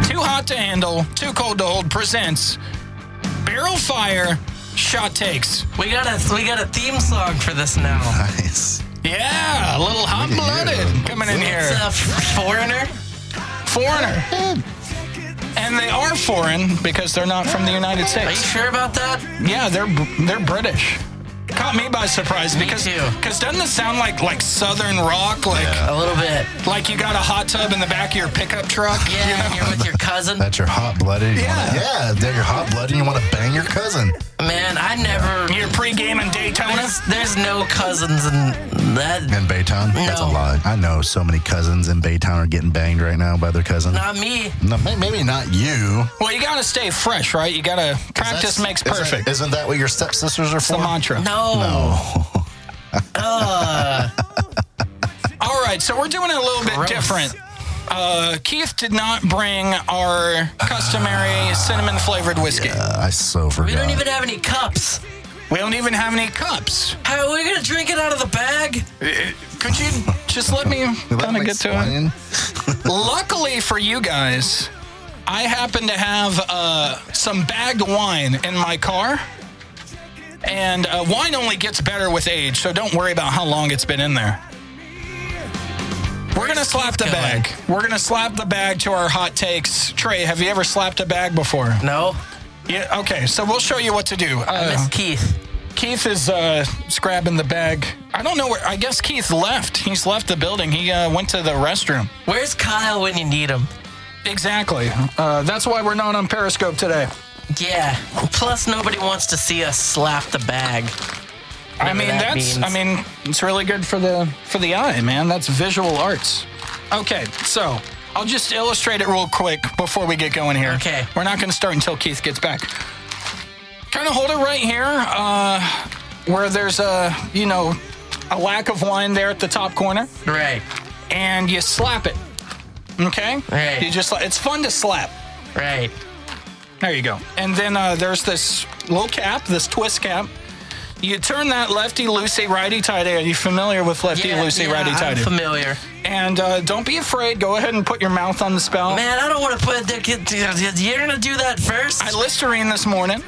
S1: Too Hot to Handle, Too Cold to Hold presents Barrel Fire Shot Takes.
S3: We got a we got a theme song for this now.
S2: Nice.
S1: Yeah, a little hot blooded coming in here.
S3: It's a f- foreigner.
S1: Foreigner. And they are foreign because they're not from the United
S3: Are you
S1: States.
S3: sure about that?
S1: Yeah, they're they're British. Caught me by surprise because
S3: too.
S1: because doesn't this sound like like southern rock like
S3: A little bit.
S1: like you got a hot tub in the back of your pickup truck?
S3: Yeah,
S1: you know?
S3: you're with your cousin.
S2: That's your hot blooded.
S1: Yeah.
S2: Yeah. That you're hot blooded. You want to bang your cousin.
S3: Man, I never.
S1: You're pre-game in Daytona.
S3: There's, there's no cousins in that.
S2: In Baytown. That's a
S3: No.
S2: lie. I know so many cousins in Baytown are getting banged right now by their cousin.
S3: Not me.
S2: No, may- maybe not you.
S1: Well, you gotta stay fresh, right? You gotta practice
S2: That's-
S1: makes
S2: isn't-
S1: perfect. It's
S2: Isn't that what your stepsisters are for?
S1: the mantra.
S3: No.
S1: All right, so we're doing it a little bit
S3: Gross.
S1: different. Uh, Keith did not bring our
S3: Ah.
S1: customary cinnamon flavored whiskey.
S2: Uh, I so forgot.
S3: We don't even have any cups.
S1: We don't even have any cups.
S3: How are we gonna drink it out of the bag?
S1: Could you just let me kind of get to it? Luckily for you guys, I happen to have uh, some bagged wine in my car. And uh, wine only gets better with age, so don't worry about how long it's been in there. We're going to slap the
S3: going?
S1: bag. We're going to slap the bag to our hot takes. Trey, have you ever slapped a bag before?
S3: No.
S1: Yeah, okay, so we'll show you what to do.
S3: Miss
S1: Uh,
S3: Keith.
S1: Keith is uh, scrabbing the bag. I don't know where. I guess Keith left. He's left the building. He uh, went to the restroom.
S3: Where's Kyle when you need him?
S1: Exactly. Uh, that's why we're not on Periscope today.
S3: Yeah. Plus, nobody wants to see us slap the bag.
S1: I mean,
S3: that
S1: that's.
S3: means.
S1: I mean, it's really good for the for the eye, man. That's visual arts. Okay, so I'll just illustrate it real quick before we get going here.
S3: Okay.
S1: We're not going to start until Keith gets back. Kind of hold it right here, uh, where there's a you know a lack of wine there at the top corner,
S3: Right.
S1: and you slap it. Okay.
S3: Right.
S1: You just. It's fun to slap.
S3: Right.
S1: There you go. And then uh, there's this little cap, this twist cap. You turn that lefty loosey, righty tighty. Are you familiar with lefty
S3: Yeah,
S1: loosey,
S3: yeah,
S1: righty
S3: I'm
S1: tighty?
S3: familiar.
S1: and uh, don't be afraid. Go ahead and put your mouth on the spout.
S3: Man, I don't want to put the. You're gonna do that first.
S1: I Listerine this morning.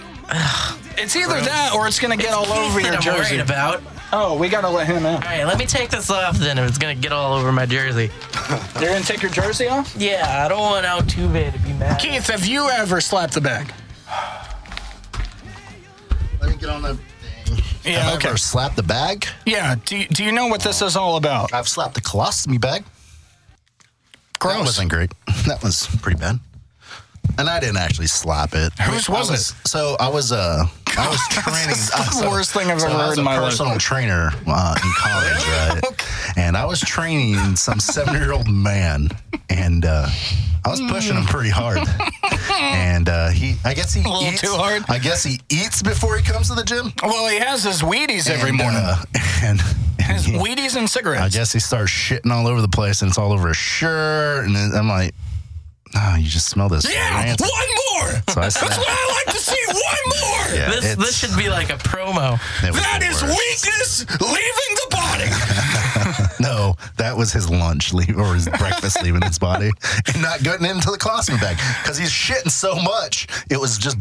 S1: it's either that or it's going to get all over
S3: Keith
S1: your
S3: that I'm
S1: jersey.
S3: worried about.
S1: Oh, we got to let him out.
S3: All right, let me take this off then. If it's gonna get all over my jersey.
S1: You're going to take your jersey off?
S3: Yeah, I don't want Altuve to be mad.
S1: Keith, have you ever slapped the bag?
S2: Let me get on that thing.
S1: Yeah,
S2: Have
S1: okay.
S2: I ever slapped the bag?
S1: Yeah. Do, you- do you know what this is all about?
S2: I've slapped the colostomy bag.
S1: Gross.
S2: That wasn't great. That was pretty bad. And I didn't actually slap it.
S1: Whose
S2: I
S1: was
S2: it? So I was uh I was training.
S1: is
S2: I
S1: the
S2: was a-
S1: worst thing I've ever
S2: I
S1: heard
S2: was
S1: in
S2: a
S1: my life.
S2: personal trainer uh, in college, right? And I was training some seven year old man, and uh, I was pushing him pretty hard. and uh, he, I guess he
S1: little
S2: eats,
S1: too hard?
S2: I guess he eats before he comes to the gym
S1: Well, he has his Wheaties every
S2: And,
S1: morning.
S2: uh, and, and
S1: his
S2: he-
S1: Wheaties and
S2: I
S1: cigarettes.
S2: guess he starts shitting all over the place, and it's all over his shirt, and then I'm like, oh, you just smell this. rancid."
S1: one more.
S2: So I said-
S1: I like to see. One more.
S2: Yeah,
S3: This, this
S2: it's-
S3: should be like a promo.
S2: it was the worst.
S1: weakness leaving the body.
S2: No, that was his lunch leave or his breakfast leaving his body and not getting into the colostomy bag because he's shitting so much. It was just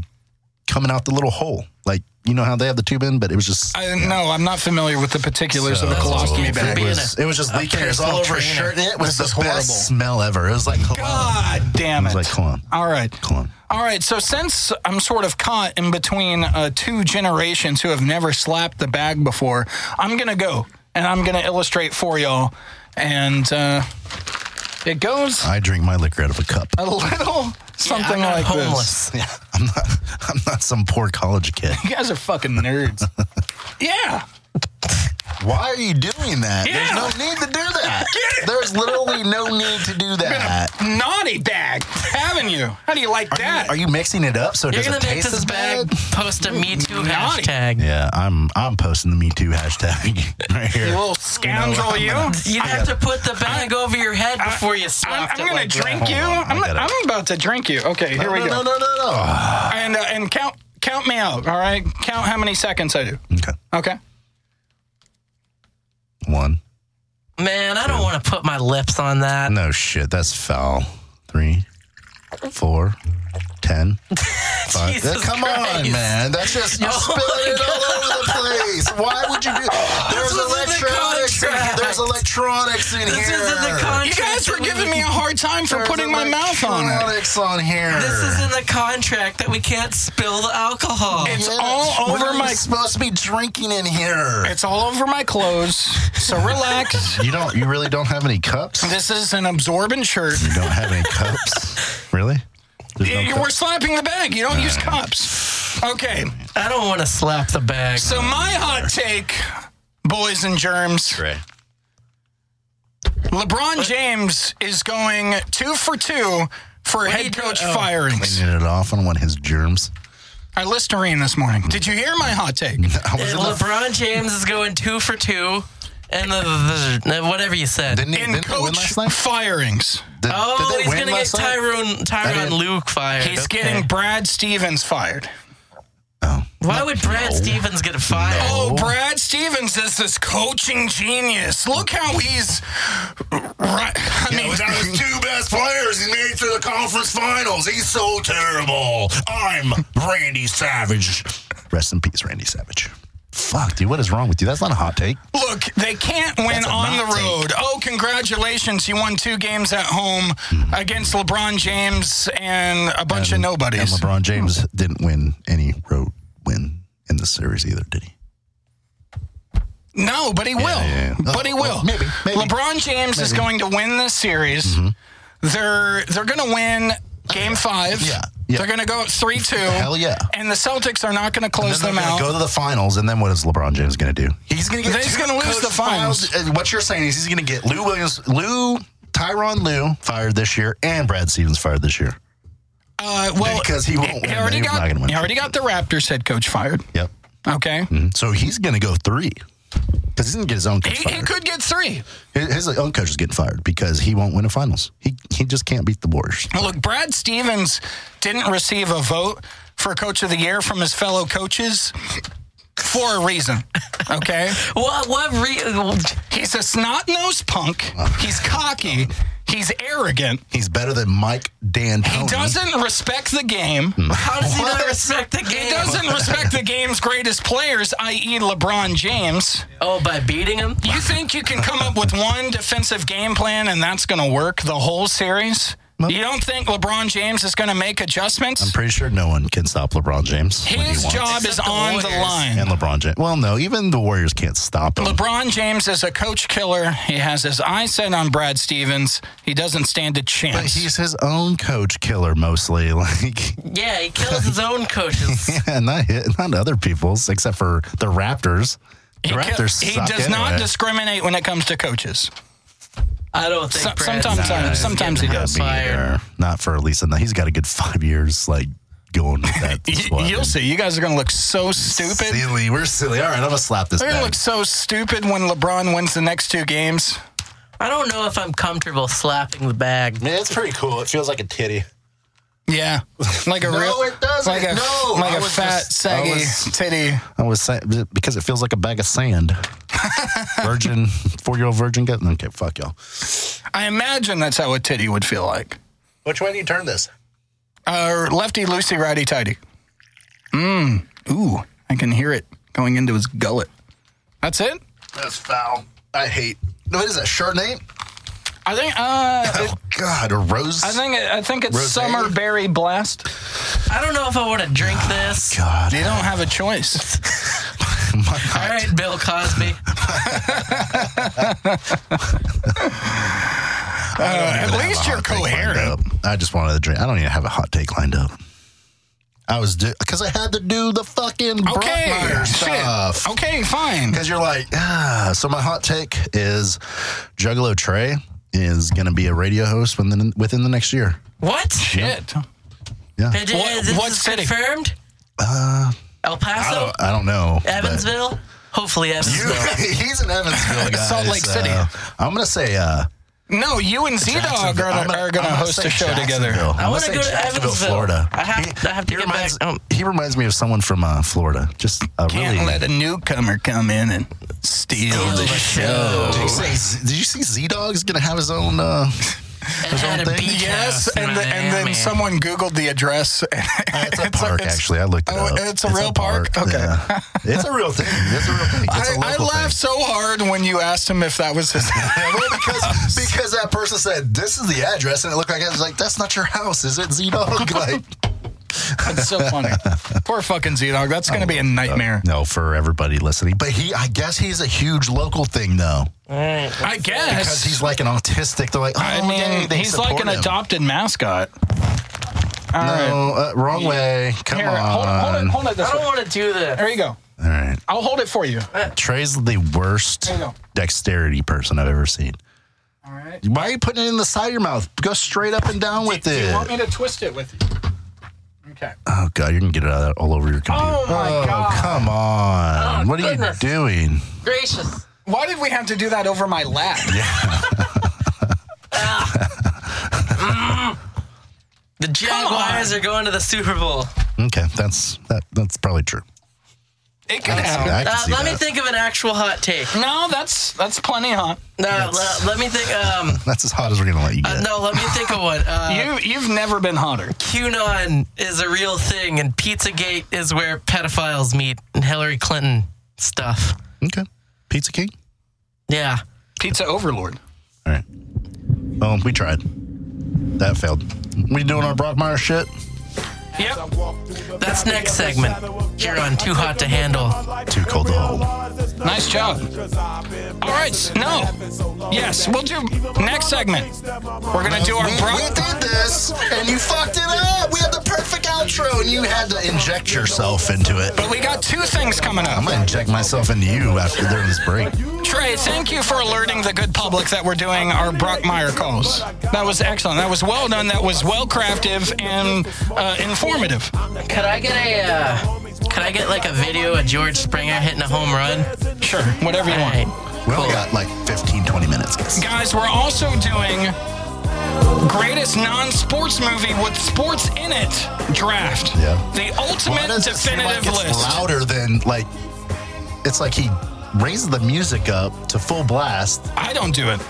S2: coming out the little hole. Like, you know how they have the tube in, but it was just.
S1: I, no, I'm not familiar with the particulars of the
S2: So,
S1: colostomy
S3: That's
S1: bag.
S2: It
S3: Being
S2: was,
S3: a-
S2: it was just
S3: a
S2: leaking. It was all
S3: personal
S2: over his
S3: trainer.
S2: shirt. and It was
S1: This is
S2: the best
S1: horrible.
S2: smell ever. It was like cologne.
S1: God Ah, damn
S2: I
S1: it!
S2: was like, "Come on."
S1: All right.
S2: Cologne.
S1: All right, so since I'm sort of caught in between uh, two generations who have never slapped the bag before, I'm going to go and I'm going to illustrate for y'all. And uh, it goes
S2: I drink my liquor out of a cup.
S1: a little something
S3: I'm not
S1: like this.
S3: homeless.
S2: I'm not, I'm not some poor college kid.
S1: You guys are fucking nerds. yeah.
S2: Why are you doing that?
S1: Yeah.
S2: There's no need to do that. There's literally no need to do that.
S1: Naughty bag, haven't you? How do you like that?
S2: Are you mixing it up so it
S3: You're
S2: doesn't
S3: gonna make
S2: taste
S3: this
S2: as
S3: bag
S2: bad?
S3: post a Me Too
S1: Naughty.
S3: hashtag.
S2: Yeah, I'm I'm posting the Me Too hashtag right here.
S1: you little scoundrel, you.
S3: You have to put the bag over your head before you
S1: I'm,
S3: slap
S1: I'm
S3: it.
S1: gonna
S3: like that.
S1: drink you.
S2: Hold on,
S1: I'm,
S2: I gotta-
S1: I'm about to drink you. Okay, here
S2: no,
S1: we
S2: no,
S1: go.
S2: no, no, no, no.
S1: And uh, and count count me out. All right, count how many seconds I do.
S2: Okay,
S1: Okay.
S2: one.
S3: Man, I don't want to put my lips on that.
S2: No shit, that's foul. Three, four, ten, five.
S3: Jesus
S2: Come
S3: Christ.
S2: on, man. That's just you're
S3: Oh my
S2: spilling it all over the place. Why would you do? There's
S3: was in the
S2: electronics. in here.
S3: contract.
S2: There's electronics in
S3: This
S2: here.
S3: is in the contract.
S1: You guys were giving me a hard time for
S2: There's
S1: putting my mouth on it.
S2: Electronics on here.
S3: This is in the contract that we can't spill the alcohol.
S1: It's all
S2: We're
S1: over
S2: not
S1: my.
S2: supposed to be drinking in here.
S1: It's all over my clothes. So relax.
S2: You don't. You really don't have any cups.
S1: This is an absorbent shirt.
S2: You don't have any cups. Really? There's no
S1: You
S2: cup-
S1: were slapping the bag. You don't use cups. Okay.
S3: I don't want to slap the bag.
S1: So my hot take, boys and germs.
S2: Right.
S1: LeBron James is going two for two for
S3: you
S1: head
S3: do-
S1: coach
S3: oh.
S1: firings.
S2: Cleaning it off on one of his germs.
S1: I Listerine this morning.
S2: Mm-hmm.
S1: Did you hear my hot take?
S2: I was
S3: And
S2: in the-
S3: LeBron James is going two for two, and the, the, the- whatever you said.
S2: didn't he,
S1: In
S2: didn't he win
S1: coach
S2: last night?
S1: firings.
S2: Did,
S3: oh,
S2: did they
S3: he's
S2: win
S3: gonna get
S2: last night?
S3: Tyrone Tyrone
S2: didn't-
S3: Luke fired.
S1: He's
S3: Okay.
S1: getting Brad Stevens fired.
S3: Why would Brad Stevens get fired?
S1: Oh, Brad Stevens is this coaching genius. Look how he's. Right. I mean,
S2: Oh, two best players he made to the conference finals. He's so terrible. I'm Randy Savage. Rest in peace, Randy Savage. Fuck, dude, what is wrong with you? That's not a hot take.
S1: look, they can't win
S2: a
S1: on the
S2: hot take.
S1: road. Oh, congratulations. You won two games at home against LeBron James and a bunch of
S2: Hmm. And
S1: nobodies.
S2: LeBron James didn't win any road win in the series either, did he?
S1: No, but he will.
S2: yeah, yeah.
S1: But he
S2: Oh,
S1: will.
S2: well, maybe, maybe. Mm-hmm.
S1: LeBron James is going to win this series. They're they're going to win game five.
S2: Yeah, yeah.
S1: They're going to go up three two.
S2: Hell yeah.
S1: And the Celtics are not going to
S2: And
S1: close them
S2: then they're gonna
S1: out.
S2: Go to the finals, and then what is LeBron James going to do? He's going to
S1: Then he's gonna lose the finals.
S2: What you're saying is he's going to get Lou Williams, Lou Tyron Lou fired this year, and Brad Stevens fired this year
S1: uh, well,
S2: because he won't.
S1: he
S2: win.
S1: already
S2: He's not
S1: got
S2: gonna win. Mm,
S1: he already got the Raptors head coach fired.
S2: Yep. Mm-hmm.
S1: Okay.
S2: So he's going to go three because he's going to get his own coach
S1: He, he
S2: fired.
S1: could get three.
S2: His his own coach is getting fired because he won't win a finals. He he just can't beat the Warriors.
S1: Look, Brad Stevens didn't receive a vote for coach of the year from his fellow coaches for a reason. Okay.
S3: Oh, What? What? Re-
S1: He's a snot nosed punk. He's cocky. He's arrogant.
S2: He's better than Mike D'Antoni.
S1: He doesn't respect the game.
S3: how does he
S2: What?
S3: not respect the game?
S1: He doesn't respect the game's greatest players, i.e., LeBron James.
S3: Oh, by beating him.
S1: You think you can come up with one defensive game plan and that's going to work the whole series? You don't think LeBron James is going to make adjustments?
S2: Pretty sure no one can stop LeBron James. when he
S1: His
S2: wants.
S1: job is
S3: Except the
S1: on the
S3: Warriors.
S1: line.
S2: and LeBron James. Well, no, even the Warriors can't stop him.
S1: LeBron James is a coach killer. He has his eyes set on Brad Stevens. He doesn't stand a chance.
S2: But he's his own coach killer mostly, like
S3: Yeah, he kills his own coaches.
S2: yeah, not hi- not other people's except for the Raptors. The
S1: He
S2: Raptors
S1: ki- He
S2: suck
S1: does not
S2: anyway.
S1: discriminate when it comes to coaches.
S3: I don't think
S1: So-
S3: Brad's
S1: sometimes I-
S3: getting
S1: sometimes he does.
S3: Fired.
S2: Or not for at least. He's got a good five years like going with that. squad.
S1: You'll see. You guys are going to look so stupid.
S2: Silly. We're silly. All right, I'm gonna slap this.
S1: They're going to
S2: bag.
S1: look so stupid when LeBron wins the next two games.
S3: I don't know if I'm comfortable slapping the bag.
S2: Man, it's pretty cool. It feels like a titty.
S1: Yeah, like a
S2: No,
S1: real,
S2: it doesn't.
S1: like a
S2: No,
S1: like
S2: I
S1: a
S2: was
S1: fat
S2: just-
S1: saggy
S2: I was-
S1: titty.
S2: I was saying because it feels like a bag of sand. Virgin, four year old virgin. Get okay. Fuck y'all.
S1: I imagine that's how a titty would feel like.
S2: Which way do you turn this?
S1: Uh, lefty loosey, righty tighty. Mmm. Ooh, I can hear it going into his gullet. That's it.
S2: That's foul. I hate. No, what is that? Chardonnay?
S1: I think. Uh,
S2: Oh
S1: it-
S2: God, a rose.
S1: I think. I think it's
S2: Rosé?
S1: summer berry blast.
S3: I don't know if I want to drink this.
S2: God.
S1: You don't have a choice.
S3: All right, Bill Cosby.
S1: At least you're coherent.
S2: I just wanted to drink. I don't even have a hot take lined up. I was because I had to do the fucking
S1: Okay.
S2: Brockmeyer stuff.
S1: Shit. Okay. Fine.
S2: Because you're like, ah. So my hot take is Juggalo Trey is going to be a radio host within within the next year.
S3: What?
S1: Shit.
S3: It is,
S1: What-
S3: this
S1: what
S3: is
S1: city?
S3: confirmed? Uh, El
S2: I
S3: Paso?
S2: don't, I don't know. but-
S3: Evansville? Hopefully
S2: You-
S3: Evansville.
S2: he's an Evansville guy.
S1: Salt Lake
S2: so
S1: City.
S2: I'm going to say. Uh,
S1: No, you and Z Dog
S2: Jacksonville. I'm
S1: Oh, are,
S2: gonna-
S1: are going to
S2: I'm gonna
S1: host
S2: say
S1: a show together.
S2: Jacksonville. I'm
S3: wanna
S2: gonna
S3: go
S2: say
S3: to Evansville.
S2: Florida.
S3: I have- I have to
S2: he
S3: get back-
S2: reminds,
S3: um,
S2: he reminds me of someone from uh, Florida. Just a
S1: Can't
S2: really.
S1: let a newcomer come in and steal, the show.
S2: Did you, say, did you see Z Dog's gonna have his own? Uh,
S3: It had a
S2: thing?
S3: beach
S1: Yes,
S3: house in
S1: and, the, and then
S3: Miami.
S1: someone Googled the address.
S2: it's a park,
S1: it's-
S2: actually. I looked it
S1: oh,
S2: up.
S1: it's a real park? Okay.
S2: yeah. it's a real thing. It's a real thing. It's a
S1: I, I
S2: local
S1: laughed
S2: thing.
S1: so hard when you asked him if that was his.
S2: Well, because because that person said this is the address, and it looked like I was like, "That's not your house, is it, Z Dog?" Like,
S1: That's so funny. Poor fucking Z Dog. That's going to be a nightmare.
S2: no, for everybody listening, but he, I guess he's a huge local thing though,
S1: I
S2: Oh, because
S1: guess.
S2: he's like an autistic. They're like, "Oh,
S1: I mean,
S2: yay, they
S1: he's like
S2: support
S1: an
S2: him."
S1: adopted mascot. All right.
S2: No, uh, wrong way. Come
S1: Here,
S2: on.
S1: hold, hold it, hold it
S3: I
S1: this
S3: don't
S1: way.
S3: want to do this.
S1: There you go.
S2: All right.
S1: I'll hold it for you.
S2: Trey's the worst
S1: There you go.
S2: dexterity person I've ever seen.
S1: All right.
S2: Why are you putting it in the side of your mouth? Go straight up and down with
S1: Do
S2: it.
S1: you want me to twist it with you? Okay.
S2: oh god, you're gonna get it out all over your computer.
S1: Oh, my God.
S2: Come on.
S3: Oh,
S2: what are
S3: goodness.
S2: you doing?
S3: Gracious.
S1: Why did we have to do that over my lap?
S3: The Jaguars are going to the Super Bowl.
S2: Okay, that's that that's probably true.
S1: It could
S2: I,
S1: happen.
S2: can
S3: Uh,
S2: see
S3: let me
S2: that.
S3: think of an actual hot take.
S1: No, that's that's plenty hot.
S3: No, le- let me think. Um,
S2: That's as hot as we're gonna let you
S3: uh,
S2: get.
S3: no, let me think of one. Uh,
S1: You you've never been hotter.
S3: QAnon is a real thing, and Pizzagate is where pedophiles meet, and Hillary Clinton stuff.
S2: Okay. Pizza King?
S3: Yeah.
S1: Pizza Overlord.
S2: All right. Well, we tried. That failed. We doing our Brockmeyer shit?
S1: Yep.
S3: That's next segment. Here on Too Hot to Handle.
S2: Too cold to hold.
S1: Nice job. All right. s- No. Yes, we'll do next segment. We're gonna do our
S2: We,
S1: bro-
S2: we did this, and you fucked it up. We had the perfect outro, and you had to inject yourself into it.
S1: But we got two things coming
S2: I'm
S1: up.
S2: gonna inject myself into you after during this break.
S1: Trey, thank you for alerting the good public that we're doing our Brockmeyer calls. That was excellent. That was well done. That was well craftive and uh, informative.
S3: Could I get a? Uh, could I get like a video of George Springer hitting a home run?
S1: Sure, whatever you
S3: All
S1: want.
S3: right.
S2: We only got like 15, 20 minutes.
S1: Guys, we're also doing greatest non-sports movie with sports in it draft.
S2: Yeah.
S1: The
S2: Why
S1: ultimate
S2: does it seem like
S1: definitive
S2: it's
S1: list.
S2: louder than like? It's like he raises the music up to full blast.
S1: I don't do it.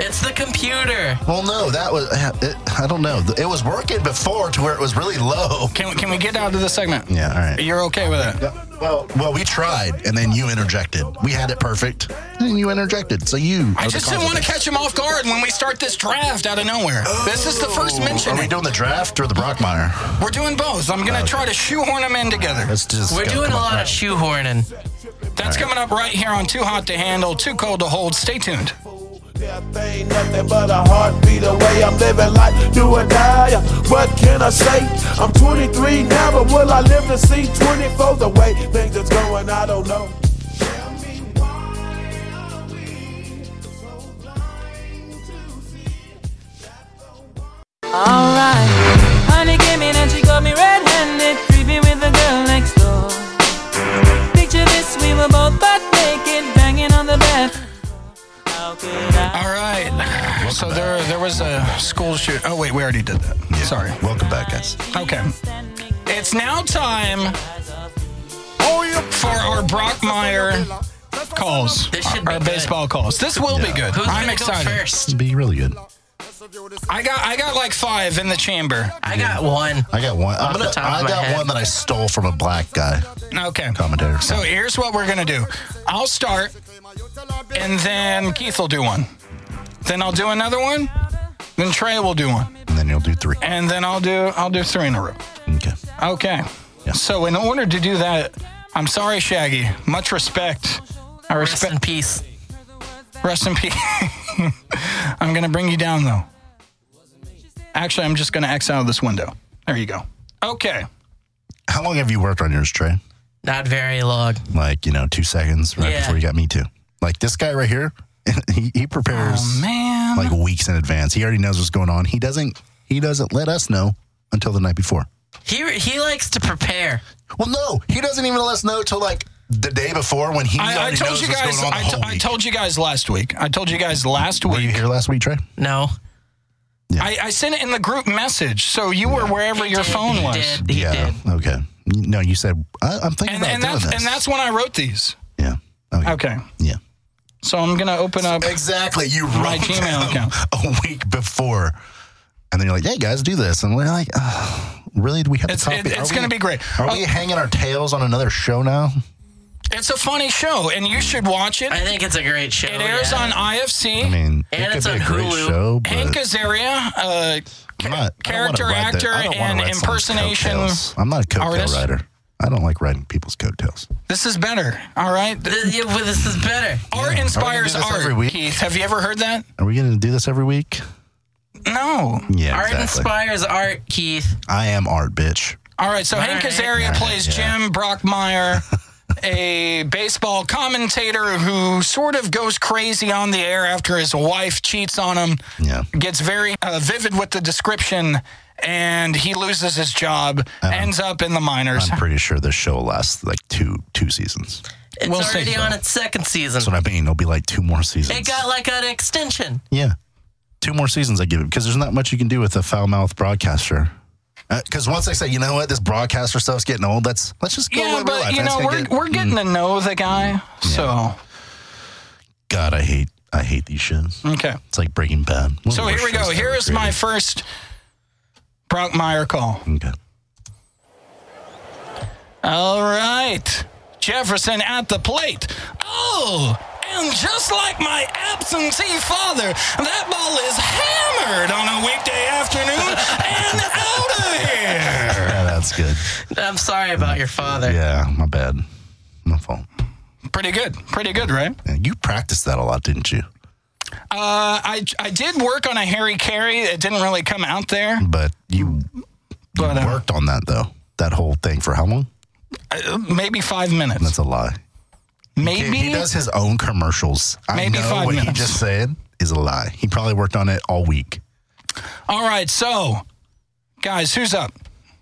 S3: It's the computer.
S2: Well, no, that was it, I don't know. It was working before to where it was really low.
S1: Can can we get out of the segment?
S2: Yeah, all right.
S1: You're okay with it?
S2: Well, well, we tried, and then you interjected. We had it perfect, and then you interjected. So you.
S1: I just didn't want to catch him off guard when we start this draft out of nowhere. this is the first mention.
S2: Oh, Are we doing the draft or the Brockmire?
S1: We're doing both. I'm gonna try to shoehorn them in together.
S2: Let's just.
S3: We're
S2: go.
S3: doing a
S2: Come on.
S3: lot of shoehorning.
S1: That's coming up right here on Too Hot to Handle, Too Cold to Hold. Stay tuned.
S7: Death ain't nothing but a heartbeat away. I'm living life, do or die. What can I say? I'm 23 now, but will I live to see 24? The way things is going, I don't know. Tell me why are we so blind?
S8: Alright. Honey came in and she got me red-handed, creeping with the girl next door. Picture this, we were both butt naked, banging on the bed. How could I?
S1: All right. So there, there was a school shoot. Oh wait, we already did that.
S2: Yeah.
S1: Sorry.
S2: Welcome back, guys.
S1: Okay. It's now time for our Brockmeyer calls,
S3: This should
S1: our
S3: be good.
S1: baseball calls. This will be good.
S3: Who's
S1: I'm
S3: gonna
S1: excited.
S3: go first?
S2: It'd be really good.
S1: I got, I got like five in the chamber.
S3: I got one.
S2: I got one. I'm
S3: the
S2: gonna,
S3: top of
S2: I
S3: my
S2: got
S3: head.
S2: one that I stole from a black guy
S1: Okay.
S2: commentator.
S1: So here's what we're gonna do. I'll start, and then Keith will do one. Then I'll do another one. Then Trey will do one,
S2: and then you'll do three.
S1: and then I'll do, I'll do three in a row.
S2: Okay.
S1: Okay.
S2: Yeah.
S1: So in order to do that, I'm sorry, Shaggy. Much respect. I
S3: Rest in
S1: respect.
S3: peace.
S1: Rest in peace. I'm gonna bring you down though. Actually, I'm just gonna X out of this window. There you go. Okay.
S2: How long have you worked on yours, Trey?
S3: Not very long.
S2: Like you know, two seconds right
S3: Yeah.
S2: before you got me too. Like this guy right here, he, he prepares
S1: Oh, Man.
S2: like weeks in advance. He already knows what's going on. He doesn't. He doesn't let us know until the night before.
S3: He he likes to prepare.
S2: Well, no, he doesn't even let us know till like the day before when he
S1: I, I
S2: already
S1: told
S2: knows
S1: you
S2: what's
S1: guys.
S2: going on
S1: I
S2: the
S1: to-
S2: whole
S1: I
S2: week.
S1: told you guys last week. I told you guys last
S2: Were you
S1: week.
S2: here last week, Trey?
S3: No.
S1: I, I sent it in the group message, so you were wherever your
S3: He did,
S1: phone
S3: he
S1: was.
S3: Did, he did.
S2: Okay. No, you said I, I'm thinking
S1: And,
S2: about
S1: and
S2: doing
S1: that's
S2: this.
S1: and that's when I wrote these.
S2: yeah. Okay.
S1: Okay.
S2: Yeah.
S1: So I'm gonna open up.
S2: Exactly. You wrote
S1: My Gmail
S2: them
S1: account.
S2: a week before, and then you're like, "Hey guys, do this," and we're like, oh, "Really? Do we have
S1: It's-
S2: to copy?"
S1: it-
S2: Are
S1: it's
S2: we-
S1: gonna be great.
S2: Are
S1: Oh.
S2: we hanging our tails on another show now?
S1: It's a funny show, and you should watch it.
S3: I think it's a great show.
S1: It airs
S3: yeah.
S1: on IFC.
S2: I mean,
S3: And
S2: it
S3: it's
S2: could be
S3: on
S2: a great
S3: Hulu.
S2: show, but
S1: Hank Azaria, uh,
S2: I'm not- I don't wanna
S1: character
S2: ride
S1: actor
S2: their- I don't wanna
S1: and
S2: ride someone's
S1: impersonation
S2: coattails. I'm not a coattail
S1: artist.
S2: rider. I don't like riding people's coattails.
S1: this is better. All right. Th-
S3: This, yeah, well, this is better.
S1: Art inspires
S2: do this
S1: art.
S2: every week?
S1: Keith, have you ever heard that?
S2: Are we going to do this every week?
S1: No.
S2: Yeah,
S3: Art
S2: exactly.
S3: inspires art, Keith.
S2: I am art, bitch.
S1: All right. So Hank
S3: right.
S1: Azaria plays Jim Brockmeyer, a baseball commentator who sort of goes crazy on the air after his wife cheats on him.
S2: Yeah.
S1: Gets very uh, vivid with the description, and he loses his job.
S2: Uh-huh.
S1: ends up in the minors.
S2: I'm pretty sure this show lasts like two two seasons.
S3: It's
S1: We'll see.
S3: already on its second season.
S2: That's what I mean. There'll be like two more seasons.
S3: It got like an extension.
S2: yeah, two more seasons. I give it because there's not much you can do with a foul mouthed broadcaster. Because once they say, you know what, this broadcaster stuff's getting old. Let's let's just go
S1: Yeah,
S2: live our
S1: but
S2: life.
S1: you
S2: That's
S1: know
S2: gonna
S1: we're
S2: get- Mm.
S1: we're getting to know the guy, so.
S2: God, I hate I hate these shows.
S1: Okay.
S2: It's like Breaking Bad. One of
S1: So
S2: the
S1: here
S2: worst
S1: we go.
S2: shows
S1: Here
S2: ever
S1: is my
S2: created.
S1: first Brockmeyer call.
S2: okay.
S1: All right. Jefferson at the plate. Oh, and just like my absentee father, that ball is hammered on a weekday afternoon and out of here.
S2: Yeah, that's good.
S3: I'm sorry about your father.
S2: Yeah, my bad. My fault.
S1: Pretty good. Pretty good, right?
S2: And you practiced that a lot, didn't you?
S1: Uh, I, I did work on a Harry Carey. It didn't really come out there.
S2: But you, you
S1: But, uh,
S2: worked on that though. That whole thing for how long?
S1: Uh, Maybe five minutes.
S2: That's a lie.
S1: Maybe.
S2: He does his own commercials.
S1: Maybe
S2: I know
S1: five
S2: what
S1: minutes.
S2: he just said is a lie. He probably worked on it all week.
S1: All right. So, guys, who's up?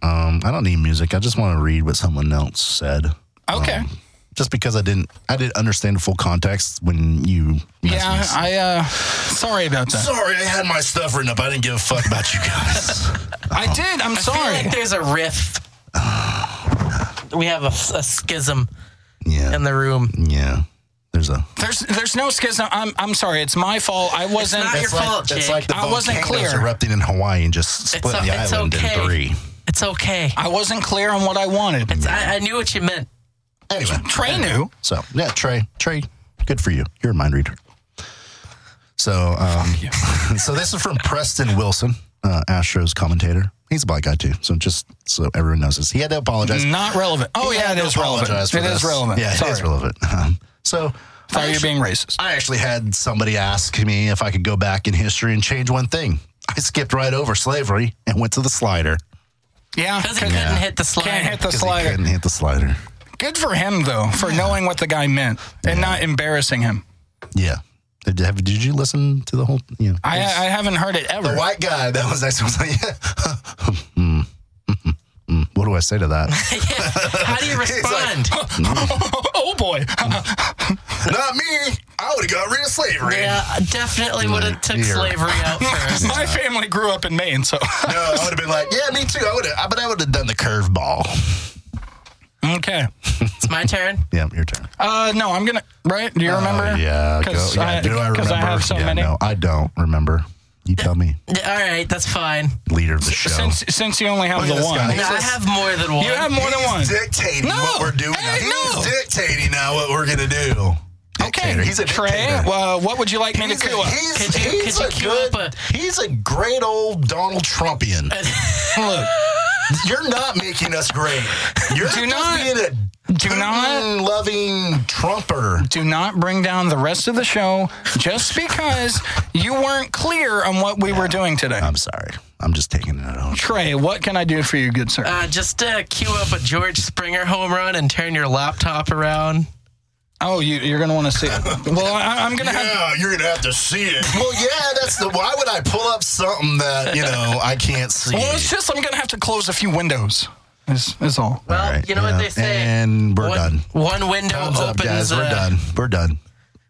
S2: Um, I don't need music. I just want to read what someone else said.
S1: Okay.
S2: Um, just because I didn't, I didn't understand the full context when you.
S1: Yeah,
S2: messaged me.
S1: I uh sorry about that.
S2: Sorry, I had my stuff written up. I didn't give a fuck about you guys.
S1: I did. I'm
S3: I feel
S1: sorry.
S3: like there's a riff. We have a, a schism
S2: yeah,
S3: in the room.
S2: yeah. There's a.
S1: There's there's no schism. I'm I'm sorry. It's my fault. I wasn't
S3: not your
S2: like,
S3: fault,
S2: It's
S3: Jake.
S2: like the
S1: I wasn't
S2: volcanoes
S1: clear.
S2: erupting in Hawaii and just split
S3: o-
S2: the
S3: it's
S2: island
S3: okay.
S2: in three.
S3: It's okay.
S1: I wasn't clear on what I wanted.
S3: It's, I, I knew what you meant.
S2: Anyway,
S1: Trey knew.
S2: So yeah, Trey, Trey, good for you. You're a mind reader. So, um, so this is from Preston Wilson, uh, Astros commentator. He's a black guy too. So just so everyone knows this, he had to apologize.
S1: Not relevant. Oh yeah,
S2: He had
S1: it
S2: to
S1: is relevant.
S2: apologize
S1: It
S2: for
S1: is
S2: this.
S1: relevant.
S2: Yeah,
S1: sorry.
S2: it is relevant. Um, so
S1: Sorry, you're being racist.
S2: I actually had somebody ask me if I could go back in history and change one thing. I skipped right over slavery and went to the slider.
S1: Yeah,
S3: Because he
S1: could-
S3: couldn't hit the slide.
S1: can't hit the
S2: 'Cause he
S1: slider.
S2: couldn't hit the slider.
S1: Good for him though for knowing what the guy meant and not embarrassing him.
S2: Yeah. Did, have, did you listen to the whole? You know,
S1: I, I haven't heard it ever.
S2: the white guy that was next was like, yeah. Hmm. Hmm. Hmm. what do I say to that?
S3: How do you respond?
S1: oh boy.
S2: Not me. I would have got rid of slavery.
S3: yeah, definitely would have took
S2: Here.
S3: slavery out first.
S1: My family grew up in Maine, so
S2: No, I would have been like, yeah, me too. I would have, but I would have done the curveball.
S1: okay.
S3: It's my turn.
S2: Yeah, your turn.
S1: Uh, no, I'm gonna. Right? Do you remember?
S2: Oh, yeah, go,
S1: 'Cause
S2: yeah.
S1: I-
S2: do I
S1: 'cause
S2: remember?
S1: I have so
S2: yeah,
S1: many.
S2: No, I don't remember. You tell me,
S3: Yeah, All right, that's fine.
S2: leader of the show.
S1: Since since you only have
S2: Look at
S1: the
S2: this
S1: one,
S2: guy.
S3: No, I have more than one.
S1: you have more than one.
S2: dictating
S1: No.
S2: what we're doing.
S1: Hey,
S2: now.
S1: no.
S2: He's dictating now what we're gonna do. Dictator.
S1: Okay,
S2: he's a
S1: Trey.
S2: dictator.
S1: Well, what would you like me to Uh,
S2: He's a,
S1: cue up?
S2: he's,
S3: Could you-
S2: he's
S3: could you
S2: a
S3: cue
S2: good,
S3: up
S2: he's a great old Donald Trumpian.
S1: Look,
S2: You're not making us great. You're
S1: Do
S2: just
S1: not-
S2: being a
S1: do not-
S2: loving Trumper.
S1: do not bring down the rest of the show just because you weren't clear on what we were doing today.
S2: I'm sorry. I'm just taking it out.
S1: Trey, what can I do for you, good sir?
S3: Uh, just uh, cue up a George Springer home run and turn your laptop around.
S1: oh, you, you're gonna want to see it. Well, I, I'm gonna have.
S2: you're gonna have to see it. Well, yeah, that's the. Why would I pull up something that you know I can't see?
S1: Well, it's just I'm gonna have to close a few windows. Is is all.
S3: Well,
S2: All right,
S3: you know
S2: yeah.
S3: what they say.
S2: And we're
S3: one,
S2: done.
S3: One window
S2: Thumbs up,
S3: opens.
S2: guys. We're
S3: uh,
S2: done. We're done.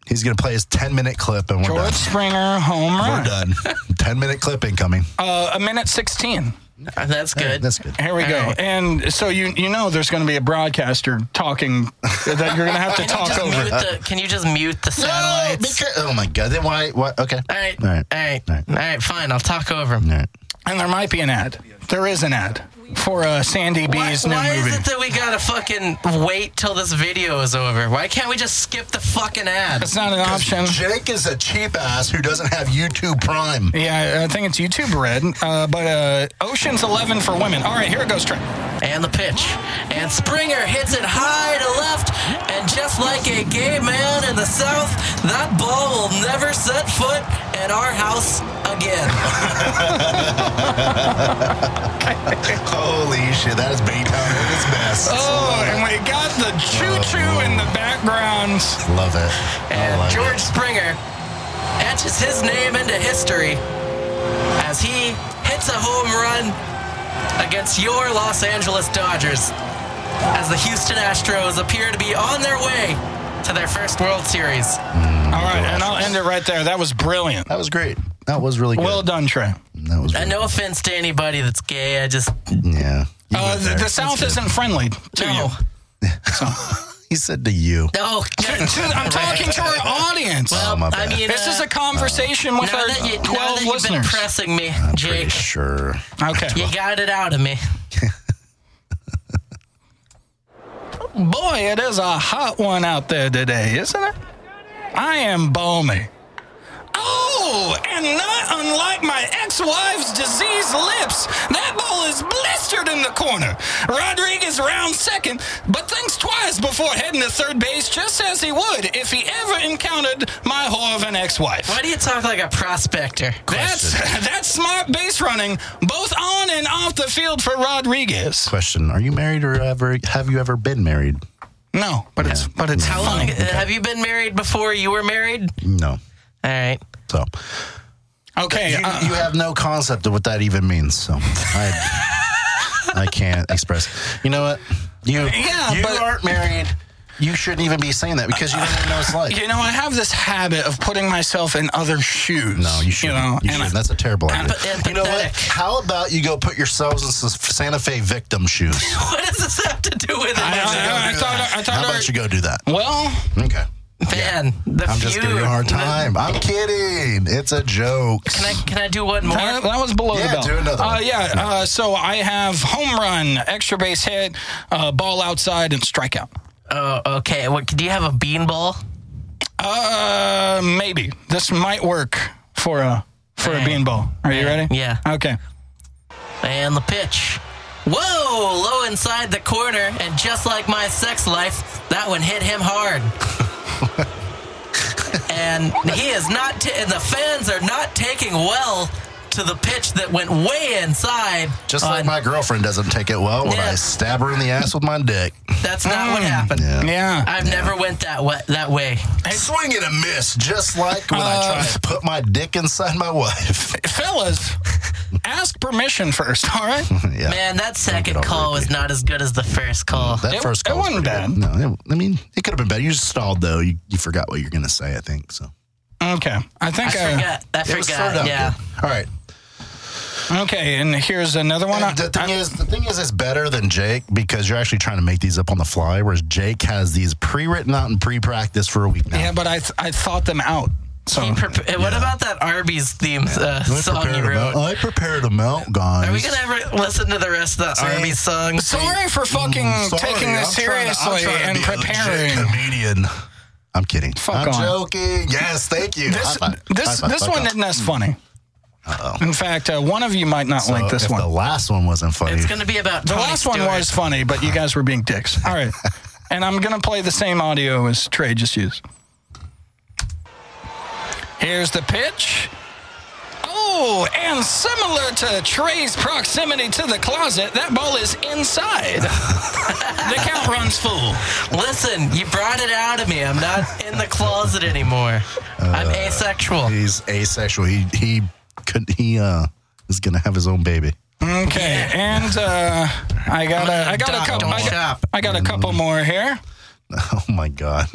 S2: He's gonna play his 10 minute clip, and we're
S1: George
S2: done.
S1: Springer home
S2: We're
S1: run.
S2: done. 10 minute clip incoming.
S3: Oh.
S1: Uh, a minute sixteen.
S3: Uh, That's good.
S2: That's good.
S1: Here we
S3: All
S1: go.
S3: right.
S1: And so you you know there's going to be a broadcaster talking that you're going to have to
S3: Can you
S1: talk
S3: just
S1: over.
S3: mute the- can you just mute the
S2: No,
S3: satellites?
S2: because, oh my god. Then why? What? Okay.
S3: all right,
S2: All right.
S3: all right,
S2: All
S3: all
S2: right.
S3: right, fine. I'll talk over 'em.
S2: All right.
S1: And there might be an ad. There is an ad for uh, Sandy
S3: Why,
S1: B's new
S3: why
S1: movie.
S3: is it that we gotta fucking wait till this video is over? Why can't we just skip the fucking ad?
S1: That's not an option.
S2: Jake is a cheap ass who doesn't have YouTube Prime.
S1: Yeah, I think it's YouTube Red. Uh, but uh, Ocean's Eleven for women. All right, here it goes, Trey.
S3: And the pitch. And Springer hits it high to left. And just like a gay man in the South, that ball will never set foot in our house again.
S2: Holy shit, that is Beethoven at its best.
S1: Oh, and we got the choo choo in the background.
S2: Love it. I
S3: And
S2: love
S3: George
S2: it.
S3: Springer etches his name into history as he hits a home run against your Los Angeles Dodgers as the Houston Astros appear to be on their way to their first World Series.
S1: All right, and I'll end it right there. That was brilliant.
S2: That was great. That was really good.
S1: Well done, Trey.
S2: that was.
S3: And
S2: Really,
S3: no offense to anybody that's gay, I just
S2: yeah. You
S1: Uh,
S2: went
S1: the,
S2: there.
S1: the South isn't friendly to you.
S3: no.
S2: He said to you.
S3: No,
S1: To- I'm talking to our audience.
S2: Oh,
S3: Well,
S2: my
S3: I
S2: bad.
S3: mean,
S1: This
S3: uh,
S1: is a conversation with
S3: now
S1: our
S3: that you, now
S1: 12
S3: that you've been
S1: listeners.
S3: pressing me,
S2: Pretty
S3: Jake,
S2: sure.
S1: okay.
S3: you got it out of me.
S1: Boy, it is a hot one out there today, isn't it? I am balmy. Oh, and not unlike my ex wife's diseased lips, that ball is blistered in the corner. Rodriguez rounds second, but thinks twice before heading to third base, just as he would if he ever encountered my whore of an ex wife.
S3: Why do you talk like a prospector?
S1: That's that's smart base running, both on and off the field for Rodriguez.
S2: Question: Are you married or ever have you ever been married?
S1: No, but it's but it's
S3: How long
S1: funny.
S3: have you been married before you were married?
S2: No.
S3: All right.
S2: So
S1: Okay,
S2: you,
S1: uh,
S2: you have no concept of what that even means. So I, I can't express. You know what? You
S1: Yeah,
S2: you
S1: but-
S2: aren't married. You shouldn't even be saying that because you don't even know what it's like.
S1: you know I have this habit of putting myself in other shoes.
S2: No, you shouldn't. You
S1: know, and I-
S2: shouldn't. That's a terrible idea.
S3: Empathetic.
S2: You know what? How about you go put yourselves in s- Santa Fe victim shoes?
S3: What does this have to do with it?
S1: I, I- I thought I
S2: How
S1: thought
S2: about you go do that?
S1: our- well,
S2: Okay.
S3: Man, the
S2: I'm
S3: feud.
S2: just giving you a hard time. I'm kidding. It's a joke.
S3: Can I can I do one more?
S1: that, that was below
S2: Yeah,
S1: the belt.
S2: do another
S1: uh,
S2: one.
S1: yeah, uh, so I have home run, extra base hit, uh, ball outside, and strikeout.
S3: oh, okay. What, do you have a bean ball?
S1: Uh, maybe this might work for a for a beanball. Are you ready?
S3: Yeah.
S1: Okay.
S3: And the pitch. Whoa, low inside the corner, and just like my sex life, that one hit him hard. and he is not, t- and the fans are not taking well to the pitch that went way inside.
S2: Just like
S3: on-
S2: my girlfriend doesn't take it well when
S3: Yeah.
S2: I stab her in the ass with my dick.
S3: That's not what
S1: Mm.
S3: happened.
S1: Yeah.
S3: I've never went that way. That way.
S2: Swing and a miss, just like when I try to put my dick inside my wife.
S1: Fellas, ask permission first, all right?
S2: yeah.
S3: Man, that second
S2: over
S3: call
S2: it,
S3: was
S2: dude.
S3: not as good as the first call.
S2: That
S1: It-
S2: first
S1: it
S2: call was
S1: wasn't
S2: pretty good. No, it, I mean it could have been better. You just stalled though. You, you forgot what you're gonna say. I think so.
S1: Okay. I
S3: I
S1: think I,
S3: forgot. I
S2: It was third
S3: forgot.
S2: up,
S3: Yeah.
S2: dude. All right.
S1: Okay, and here's another one.
S2: And the
S1: I-
S2: thing is, the thing is, it's better than Jake because you're actually trying to make these up on the fly, whereas Jake has these pre-written out and pre-practice for a week now.
S1: yeah, but I th- I thought them out. So
S3: He prep- uh, What about that Arby's theme uh,
S2: I
S3: song
S2: prepared
S3: you
S2: him out.
S3: wrote?
S2: I prepared him out, guys.
S3: Are we gonna ever listen to the rest of the
S2: See?
S3: Arby's songs?
S1: sorry for fucking
S2: Mm, Sorry,
S1: taking this
S2: I'm trying to- I'm
S1: seriously
S2: trying to
S1: and
S2: be a legit
S1: preparing.
S2: comedian. I'm kidding.
S1: Fuck
S2: I'm
S1: on.
S2: joking. Yes, thank you. High
S1: This
S2: five. High
S1: this
S2: five.
S1: this
S2: Fuck
S1: one
S2: on.
S1: isn't as funny. In fact, uh, one of you might not
S2: So
S1: like this
S2: if
S1: one.
S2: The last one wasn't funny.
S3: It's gonna be about
S1: The
S3: Tony
S1: last
S3: Stewart.
S1: one was funny, but you guys were being dicks. All right. and I'm going to play the same audio as Trey just used. Here's the pitch. Oh, and similar to Trey's proximity to the closet, that ball is inside. the count runs full.
S3: Listen, you brought it out of me. I'm not in the closet anymore.
S1: Uh,
S3: I'm asexual.
S2: He's asexual. He he could he uh is gonna have his own baby.
S1: Okay, and uh, I got a, I got a
S3: Don't
S1: couple, I got,
S3: shop.
S1: I got a couple more here,
S2: Oh my god.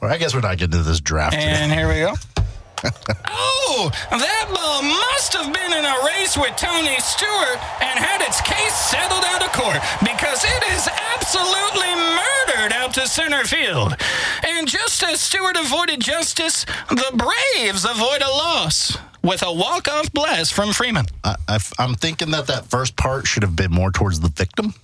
S2: Or I guess we're not getting to this draft. today.
S1: and here we go. Oh, that ball must have been in a race with Tony Stewart and had its case settled out of court because it is absolutely murdered out to center field. And just as Stewart avoided justice, the Braves avoid a loss with a walk-off blast from Freeman.
S2: I, I, am thinking that that first part should have been more towards the victim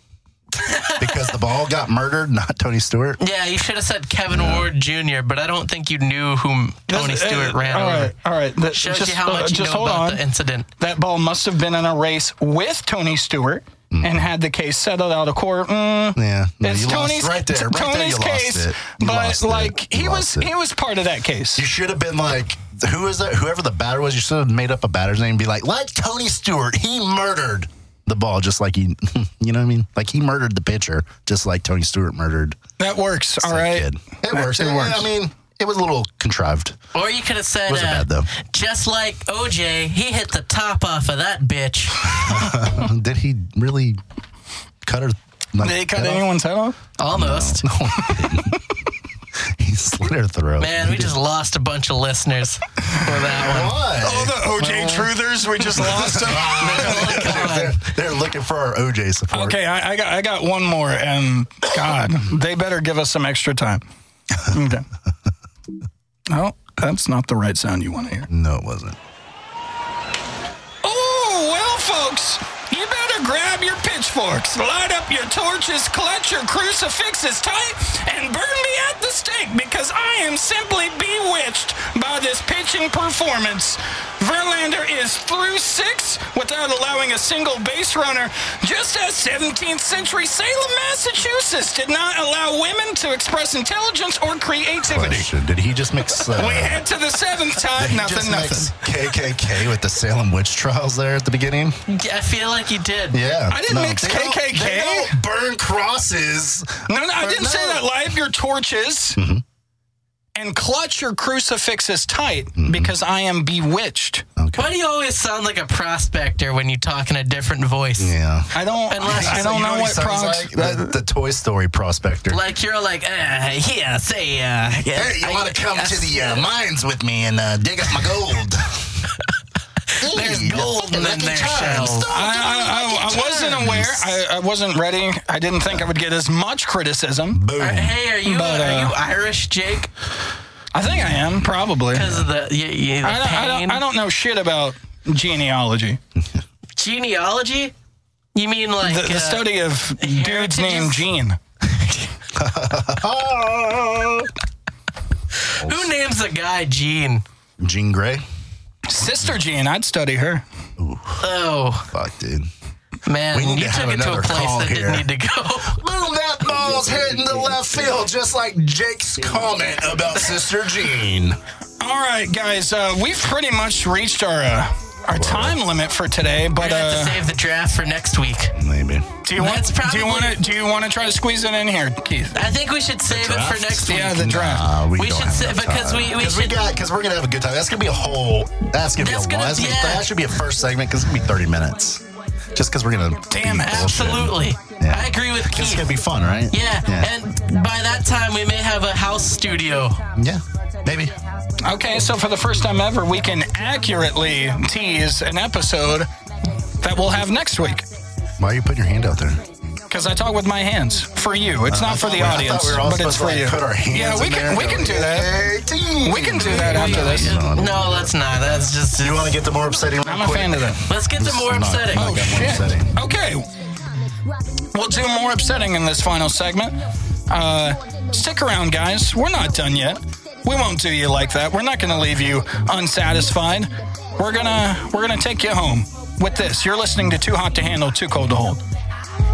S2: because the ball got murdered, not Tony Stewart.
S3: Yeah, you should have said Kevin Ward Jr., but I don't think you knew whom Tony
S1: This-
S3: Stewart
S1: uh,
S3: ran
S1: all
S3: over.
S1: right, all right. That-
S3: Shows
S1: just,
S3: you how
S1: uh,
S3: much you
S1: just
S3: know
S1: hold
S3: about
S1: on.
S3: the incident.
S1: That ball must have been in a race with Tony Stewart and had the case settled out of court. Mm,
S2: Mm-hmm. Yeah, no,
S1: it's
S2: you lost
S1: Tony's
S2: right there.
S1: t-
S2: Right there, you
S1: Tony's
S2: lost
S1: case,
S2: it. You
S1: but
S2: lost it.
S1: like
S2: You
S1: he was,
S2: lost it.
S1: he was part of that case.
S2: You should have been like, who is that? Whoever the batter was, you should have made up a batter's name and be like, like Tony Stewart, he murdered the ball, just like he, you know what I mean? Like he murdered the pitcher, just like Tony Stewart murdered.
S1: That works. All
S2: that
S1: right.
S2: kid. it works.
S1: It
S2: Yeah,
S1: works.
S2: I mean, it was a little contrived.
S3: Or you could have said, uh,
S2: Wasn't bad, though.
S3: just like OJ, he hit the top off of that bitch.
S2: Did he really cut her? like,
S1: Did he cut
S2: head off?
S1: anyone's head off?
S3: Almost.
S2: No, he didn't. he slit her throat.
S3: Man,
S2: He
S3: we
S2: did-
S3: just lost a bunch of listeners for that one.
S2: What?
S1: OJ Truthers, we just lost
S3: Oh, God.
S2: They're looking for our OJ support.
S1: okay, I, I got, I got one more, and God, they better give us some extra time. Okay. Oh, that's not the right sound you want to hear.
S2: No, it wasn't.
S1: Oh, well, folks, you better grab your pitchforks, light up your torches, clutch your crucifixes tight, and burn me at the stake because I am simply bewitched by this pitching performance. Verlander is through six without allowing a single base runner, just as 17th century Salem, Massachusetts did not allow women to express intelligence or creativity.
S2: Question. Did he just mix? Uh,
S1: We head to the seventh
S2: did
S1: time,
S2: he
S1: nothing,
S2: just
S1: nothing.
S2: mix KKK with the Salem witch trials there at the beginning.
S3: I feel like you did.
S2: Yeah,
S1: I didn't mix
S2: they don't-
S1: KKK.
S2: they don't burn crosses.
S1: No, no, I
S2: Or
S1: didn't say
S2: no.
S1: that. Light up your torches and clutch your crucifixes tight because I am bewitched.
S3: Why do you always sound like a prospector when you talk in a different voice?
S2: Yeah.
S1: I don't.
S3: Unless-
S1: I
S2: So
S1: don't
S2: you
S1: know,
S2: he
S1: what
S2: sounds
S1: prompts.
S2: Like? The, the Toy Story prospector.
S3: Like you're like, uh, yeah, say, uh, yeah.
S2: Hey, you
S3: I-
S2: want to come
S3: I-
S2: to the uh, mines with me and uh, dig up my gold?
S3: There's
S2: Hey,
S3: gold in
S2: Lucky
S3: their
S2: Charms.
S3: shells.
S2: Stop
S1: I, I, I, I wasn't aware. I, I wasn't ready. I didn't think I would get as much criticism.
S3: Are- uh, hey, are you
S1: But,
S3: are
S1: uh,
S3: you Irish, Jake?
S1: I think I am probably.
S3: Because of the, y-
S1: I
S3: y- the
S1: don't, I,
S3: pain.
S1: don't, I don't know shit about genealogy.
S3: Genealogy? You mean like
S1: The,
S3: uh,
S1: the study of dudes
S3: heritages?
S1: named Gene.
S3: Who names a guy Gene?
S2: Jean Grey?
S1: Sister Gene, I'd study her.
S3: Oh
S2: Fuck, dude.
S3: man,
S2: We need to
S3: you took
S2: have
S3: it to a
S2: another
S3: place
S2: call
S3: that
S2: here.
S3: didn't need to go.
S2: Boom, that ball's hitting the left field, just like Jake's comment about Sister Jean.
S1: All right, guys, uh, we've pretty much reached our uh, our time limit for today,
S3: We're
S1: but
S3: gonna have
S1: uh,
S3: to save the draft for next week.
S2: Maybe.
S1: do you want
S3: That's
S1: do you
S3: probably-
S1: want to do you want to try to squeeze it in here, Keith?
S3: I think we should save it for next week.
S1: Yeah, the draft.
S2: Nah, we,
S3: We
S2: don't
S3: should
S2: have
S3: say-
S2: enough
S3: because
S2: time.
S3: we- we
S2: 'Cause
S3: should-
S2: got because we're gonna have a good time. That's gonna be a whole. That's gonna
S3: That's
S2: be a
S3: gonna
S2: long. That's
S3: be-
S2: gonna be-
S3: yeah.
S2: That should be a first segment because it's gonna be thirty minutes. Just because we're gonna.
S1: Damn
S2: be
S1: it.
S2: bullshitting.
S3: Absolutely.
S2: Yeah.
S3: I agree with
S2: It's gonna
S3: Keith.
S2: be fun, right?
S3: Yeah.
S2: Yeah.
S3: and by that time we may have a house studio.
S2: yeah. Maybe.
S1: Okay, so for the first time ever, we can accurately tease an episode that we'll have next week
S2: Why are you putting your hand out there?
S1: because I talk with my hands for you. It's
S2: Uh, I
S1: not for
S2: thought
S1: the
S2: we- I thought
S1: audience,
S2: we were all
S1: but it's
S2: supposed
S1: for
S2: to, like,
S1: you.
S2: put our hands
S1: yeah, we
S2: in
S1: can
S2: there
S1: we
S2: and
S1: can
S2: go,
S1: do that. We can do that after this.
S2: No, no.
S3: No, let's not. That's just
S2: You want to get the more upsetting?
S1: I'm a fan of that.
S3: let's get to more upsetting.
S1: Oh, shit.
S2: upsetting.
S1: Okay. We'll do more upsetting in this final segment. Uh, stick around, guys. We're not done yet. We won't do you like that. We're not going to leave you unsatisfied. We're gonna we're gonna take you home with this. You're listening to Too Hot to Handle, Too Cold to Hold.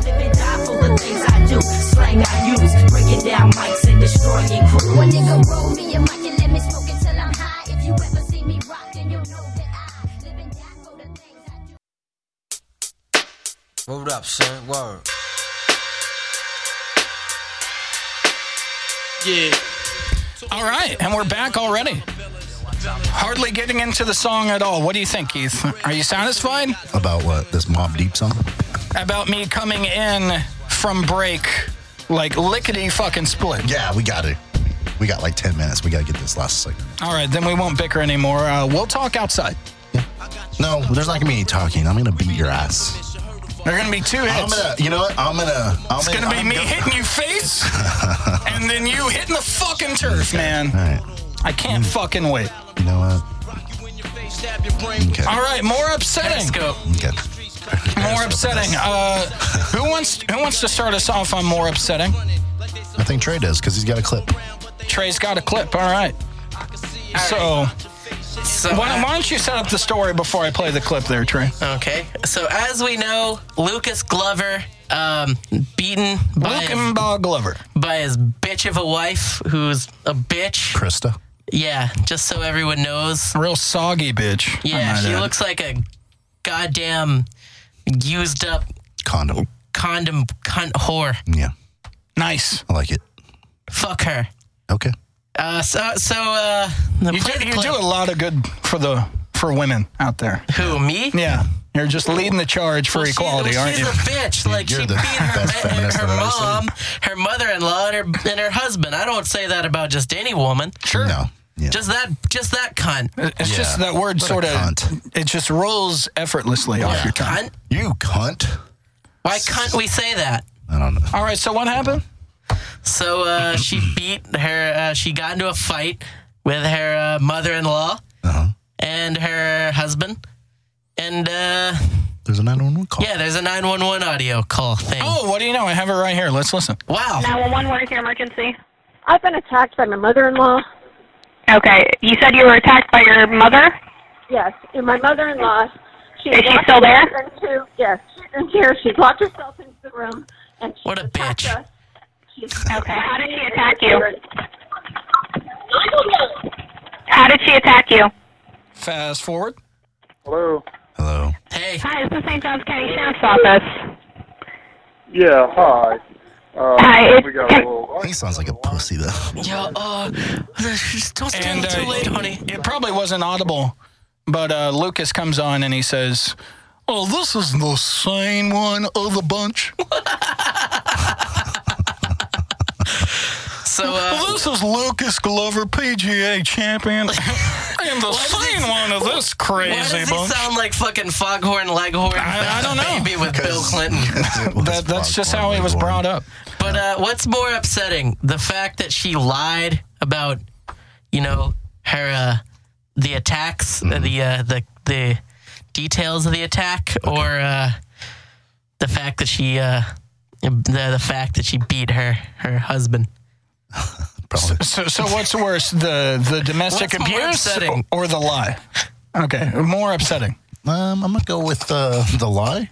S9: Living die for the things I do, slang I use, breaking down mics and destroying crew. One nigga roll me a mic and let me smoke it till I'm high. If you ever see me rock, then you'll know that I live and die for the things I do.
S10: Hold up, son. Word.
S1: All right, and we're back already. Hardly getting into the song at all. What do you think, Keith? Are you satisfied
S2: About what? This Mob Deep song?
S1: about me coming in from break like lickety fucking split?
S2: Yeah, we got it. We got like ten minutes. We gotta get this last segment.
S1: All right, then we won't bicker anymore. Uh, we'll talk outside.
S2: No, there's not gonna be any talking. I'm gonna beat your ass.
S1: There are going to be two
S2: I'm
S1: hits.
S2: gonna. You know what? I'm gonna. I'm
S1: it's going to be
S2: I'm
S1: me
S2: gonna-
S1: hitting you face and then you hitting the fucking turf,
S2: All
S1: man.
S2: right.
S1: I can't fucking wait.
S2: You know uh, what? Okay.
S1: All right, more upsetting.
S3: Periscope.
S2: Okay.
S1: More upsetting. Uh, who wants who wants to start us off on more upsetting?
S2: I think Trey does because he's got a clip.
S1: Trey's got a clip. All right. So,
S3: So
S1: why, why don't you set up the story before I play the clip there, Trey?
S3: uh, Okay. So as we know, Lucas Glover um, beaten by, his,
S1: Luke Glover.
S3: by his bitch of a wife, who's a bitch.
S2: Krista.
S3: Yeah, just so everyone knows.
S1: Real soggy bitch. I
S3: Yeah,
S1: might
S3: she
S1: add.
S3: looks like a goddamn used up
S2: Condom.
S3: condom cunt whore.
S2: Yeah,
S1: nice.
S2: I like it.
S3: Fuck her.
S2: Okay.
S3: Uh, so so uh,
S1: You do, you do a lot of good for the for women out there.
S3: who me?
S1: Yeah. You're just leading the charge for
S3: Well,
S1: equality,
S3: she's, well,
S1: aren't
S3: she's
S1: you?
S3: a bitch. Like
S2: You're
S3: she
S2: the
S3: beat her,
S2: best feminist
S3: her
S2: I've ever
S3: mom, her mother-in-law, and her and her husband. I don't say that about just any woman.
S1: Sure.
S2: No. Yeah.
S3: Just that, just that cunt.
S1: It's
S2: Yeah.
S1: just that word
S2: What a
S1: sort of
S2: cunt.
S1: it just rolls effortlessly off your tongue.
S3: Cunt.
S2: you cunt.
S3: Why can't we say that?
S2: I don't know.
S1: All right, so what happened?
S3: So uh, she beat her. Uh, she got into a fight with her uh, mother-in-law
S1: Uh-huh.
S3: and her husband. And uh,
S2: There's a 911 call.
S3: yeah, there's a 911 audio call thing.
S1: Oh, what do you know? I have it right here. Let's listen.
S3: Wow.
S11: 911, what is your emergency?
S9: I've been attacked by my mother-in-law.
S11: Okay, you said you were attacked by your mother?
S9: Yes, and my mother-in-law. She
S11: Is she
S9: locked
S11: still there?
S9: herself Into, yes, she's in here. She's locked herself into the room, and she's
S3: What a
S9: attacked
S3: bitch.
S9: Us. She's
S11: Okay, how did she attack you? How did she attack you?
S1: Fast forward.
S11: Hello.
S2: Hello.
S3: Hey,
S11: Hi, this is St. John's County Sheriff's Office.
S5: Yeah, hi. Uh,
S11: Hi, it's-
S5: we got a little.
S2: He sounds like a pussy though.
S3: yo, uh, don't stay
S1: And,
S3: too
S1: uh,
S3: late, honey.
S1: It probably wasn't audible, but uh, Lucas comes on and he says, "Oh, this is the same one of the bunch.
S3: So uh,
S1: This is Lucas Glover, PGA champion, and the
S3: does
S1: same
S3: he-
S1: one of this
S3: Why does
S1: crazy
S3: he
S1: bunch."
S3: sound like fucking Foghorn Leghorn?
S1: I- I don't know.
S3: Baby with Bill Clinton.
S1: That, that's just how he was brought up.
S3: But uh, what's more upsetting, the fact that she lied about, you know, her uh, the attacks, uh, the uh, the the details of the attack, or uh, the fact that she uh, the the fact that she beat her her husband.
S2: Probably.
S1: So, so what's worse, the the domestic
S3: What's more
S1: abuse
S3: upsetting?
S1: or the lie? Okay, more upsetting.
S2: Um, I'm gonna go with uh, the lie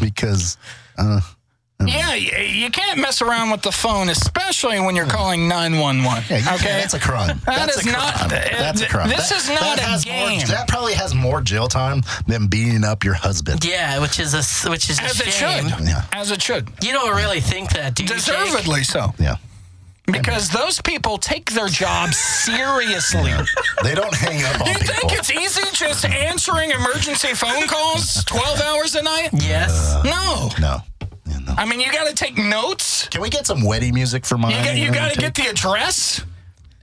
S2: because uh,
S1: Yeah, you, you can't mess around with the phone, especially when you're calling 911.
S2: Mm. Yeah, you
S1: okay,
S2: can't. that's a crime.
S1: That
S2: that's
S1: is
S2: a crime.
S1: not- uh,
S2: that's a crime.
S1: this
S2: That-
S1: is not
S2: that
S1: a
S2: has
S1: game.
S2: More, that probably has more jail time than beating up your husband.
S3: Yeah, which is a s- which is a
S1: as it
S3: shame.
S1: should,
S2: Yeah.
S1: as it should,
S3: You don't really think that, do you? Jake?
S1: deservedly so,
S2: Yeah.
S1: because those people take their job seriously.
S2: They don't hang up on
S1: You
S2: people.
S1: think it's easy just answering emergency phone calls 12 hours a night?
S3: Yes.
S1: No.
S2: no. Yeah, no.
S1: I mean, you got to take notes.
S2: Can we get some wedding music for mine?
S1: You got you
S2: know,
S1: got to
S2: too?
S1: get the address,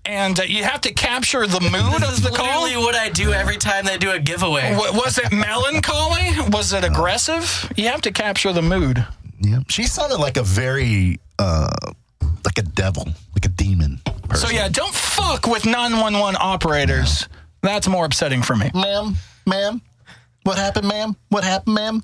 S1: and uh, you have to capture the mood of the call.
S3: Literally, what I do every time they do a giveaway.
S1: Wa- Was it melancholy? Was it aggressive? You have to capture the mood.
S2: Yeah. She sounded like a very, uh, like a devil, like a demon. Person.
S1: So yeah, don't fuck with 911 operators. That's more upsetting for me.
S2: ma'am, ma'am, what happened, ma'am? What happened, ma'am?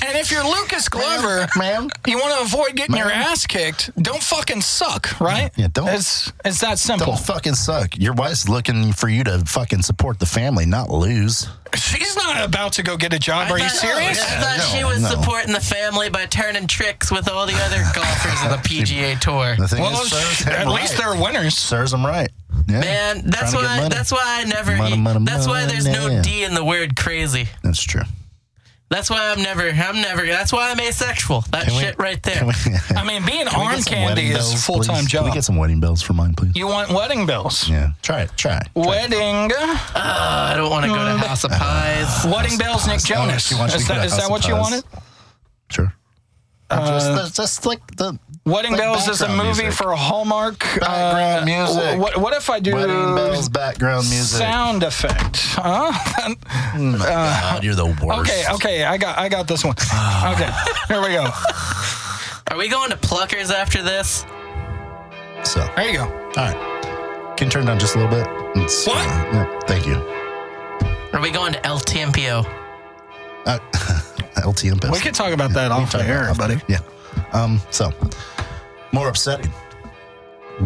S1: And if you're Lucas
S2: Ma'am?
S1: Glover,
S2: ma'am.
S1: you want to avoid getting your
S2: Ma'am?
S1: ass kicked, don't fucking suck, right?
S2: Yeah, don't-
S1: It's it's that simple.
S2: Don't fucking suck. Your wife's looking for you to fucking support the family, not lose.
S1: She's not about to go get a job.
S3: I
S1: Are you
S3: thought-
S1: serious?
S3: I thought
S2: No,
S3: she was
S2: no.
S3: supporting the family by turning tricks with all the other golfers on the PGA Tour.
S2: The thing
S1: Well,
S2: is,
S1: sh-
S2: serves him
S1: at
S2: right.
S1: least they're winners.
S2: serves them right. Yeah.
S3: Man,
S2: Trying
S3: that's
S2: to get
S3: why.
S2: money.
S3: That's why I never.
S2: Money,
S3: eat-
S2: money,
S3: that's why there's
S2: money.
S3: no D in the word crazy.
S2: That's true.
S3: That's why I'm never. I'm never. That's why I'm asexual. That
S2: Can we-
S3: shit right there.
S2: Can we, can
S1: I mean, being
S2: we
S1: arm
S2: get some
S1: candy
S2: wedding
S1: is
S2: bells,
S1: full time
S2: please? Can we
S1: job.
S2: get some wedding bells for mine, please?
S1: You want wedding bells?
S2: Yeah. Try it. Try it.
S1: Wedding, uh,
S3: I don't want to
S2: Uh,
S3: go to House of Pies.
S1: wedding bells. Nick
S2: Oh,
S1: Jonas.
S2: she wants you
S1: Is
S2: to go
S1: that,
S2: to
S1: is
S2: House
S1: that
S2: of
S1: what you
S2: Pies.
S1: wanted? Uh,
S2: Sure. just, that's just like the
S1: Wedding
S2: like
S1: Bells is a
S2: background
S1: movie
S2: music.
S1: for Hallmark. uh,
S2: Background music.
S1: wh- What, what if I do
S2: wedding bells background music.
S1: sound effect? Huh?
S2: God, you're the worst.
S1: okay, okay, I got, I got this one. Okay, here we go.
S3: Are we going to Pluckers after this?
S2: So, all
S1: There you go.
S2: right. Can you turn it down just a little bit? It's, uh,
S1: What?
S2: yeah, thank you.
S3: Are we going to El Tiempo?
S2: Uh, LTM best.
S1: We could talk about that off the air, buddy.
S2: Yeah. Um, so, more upsetting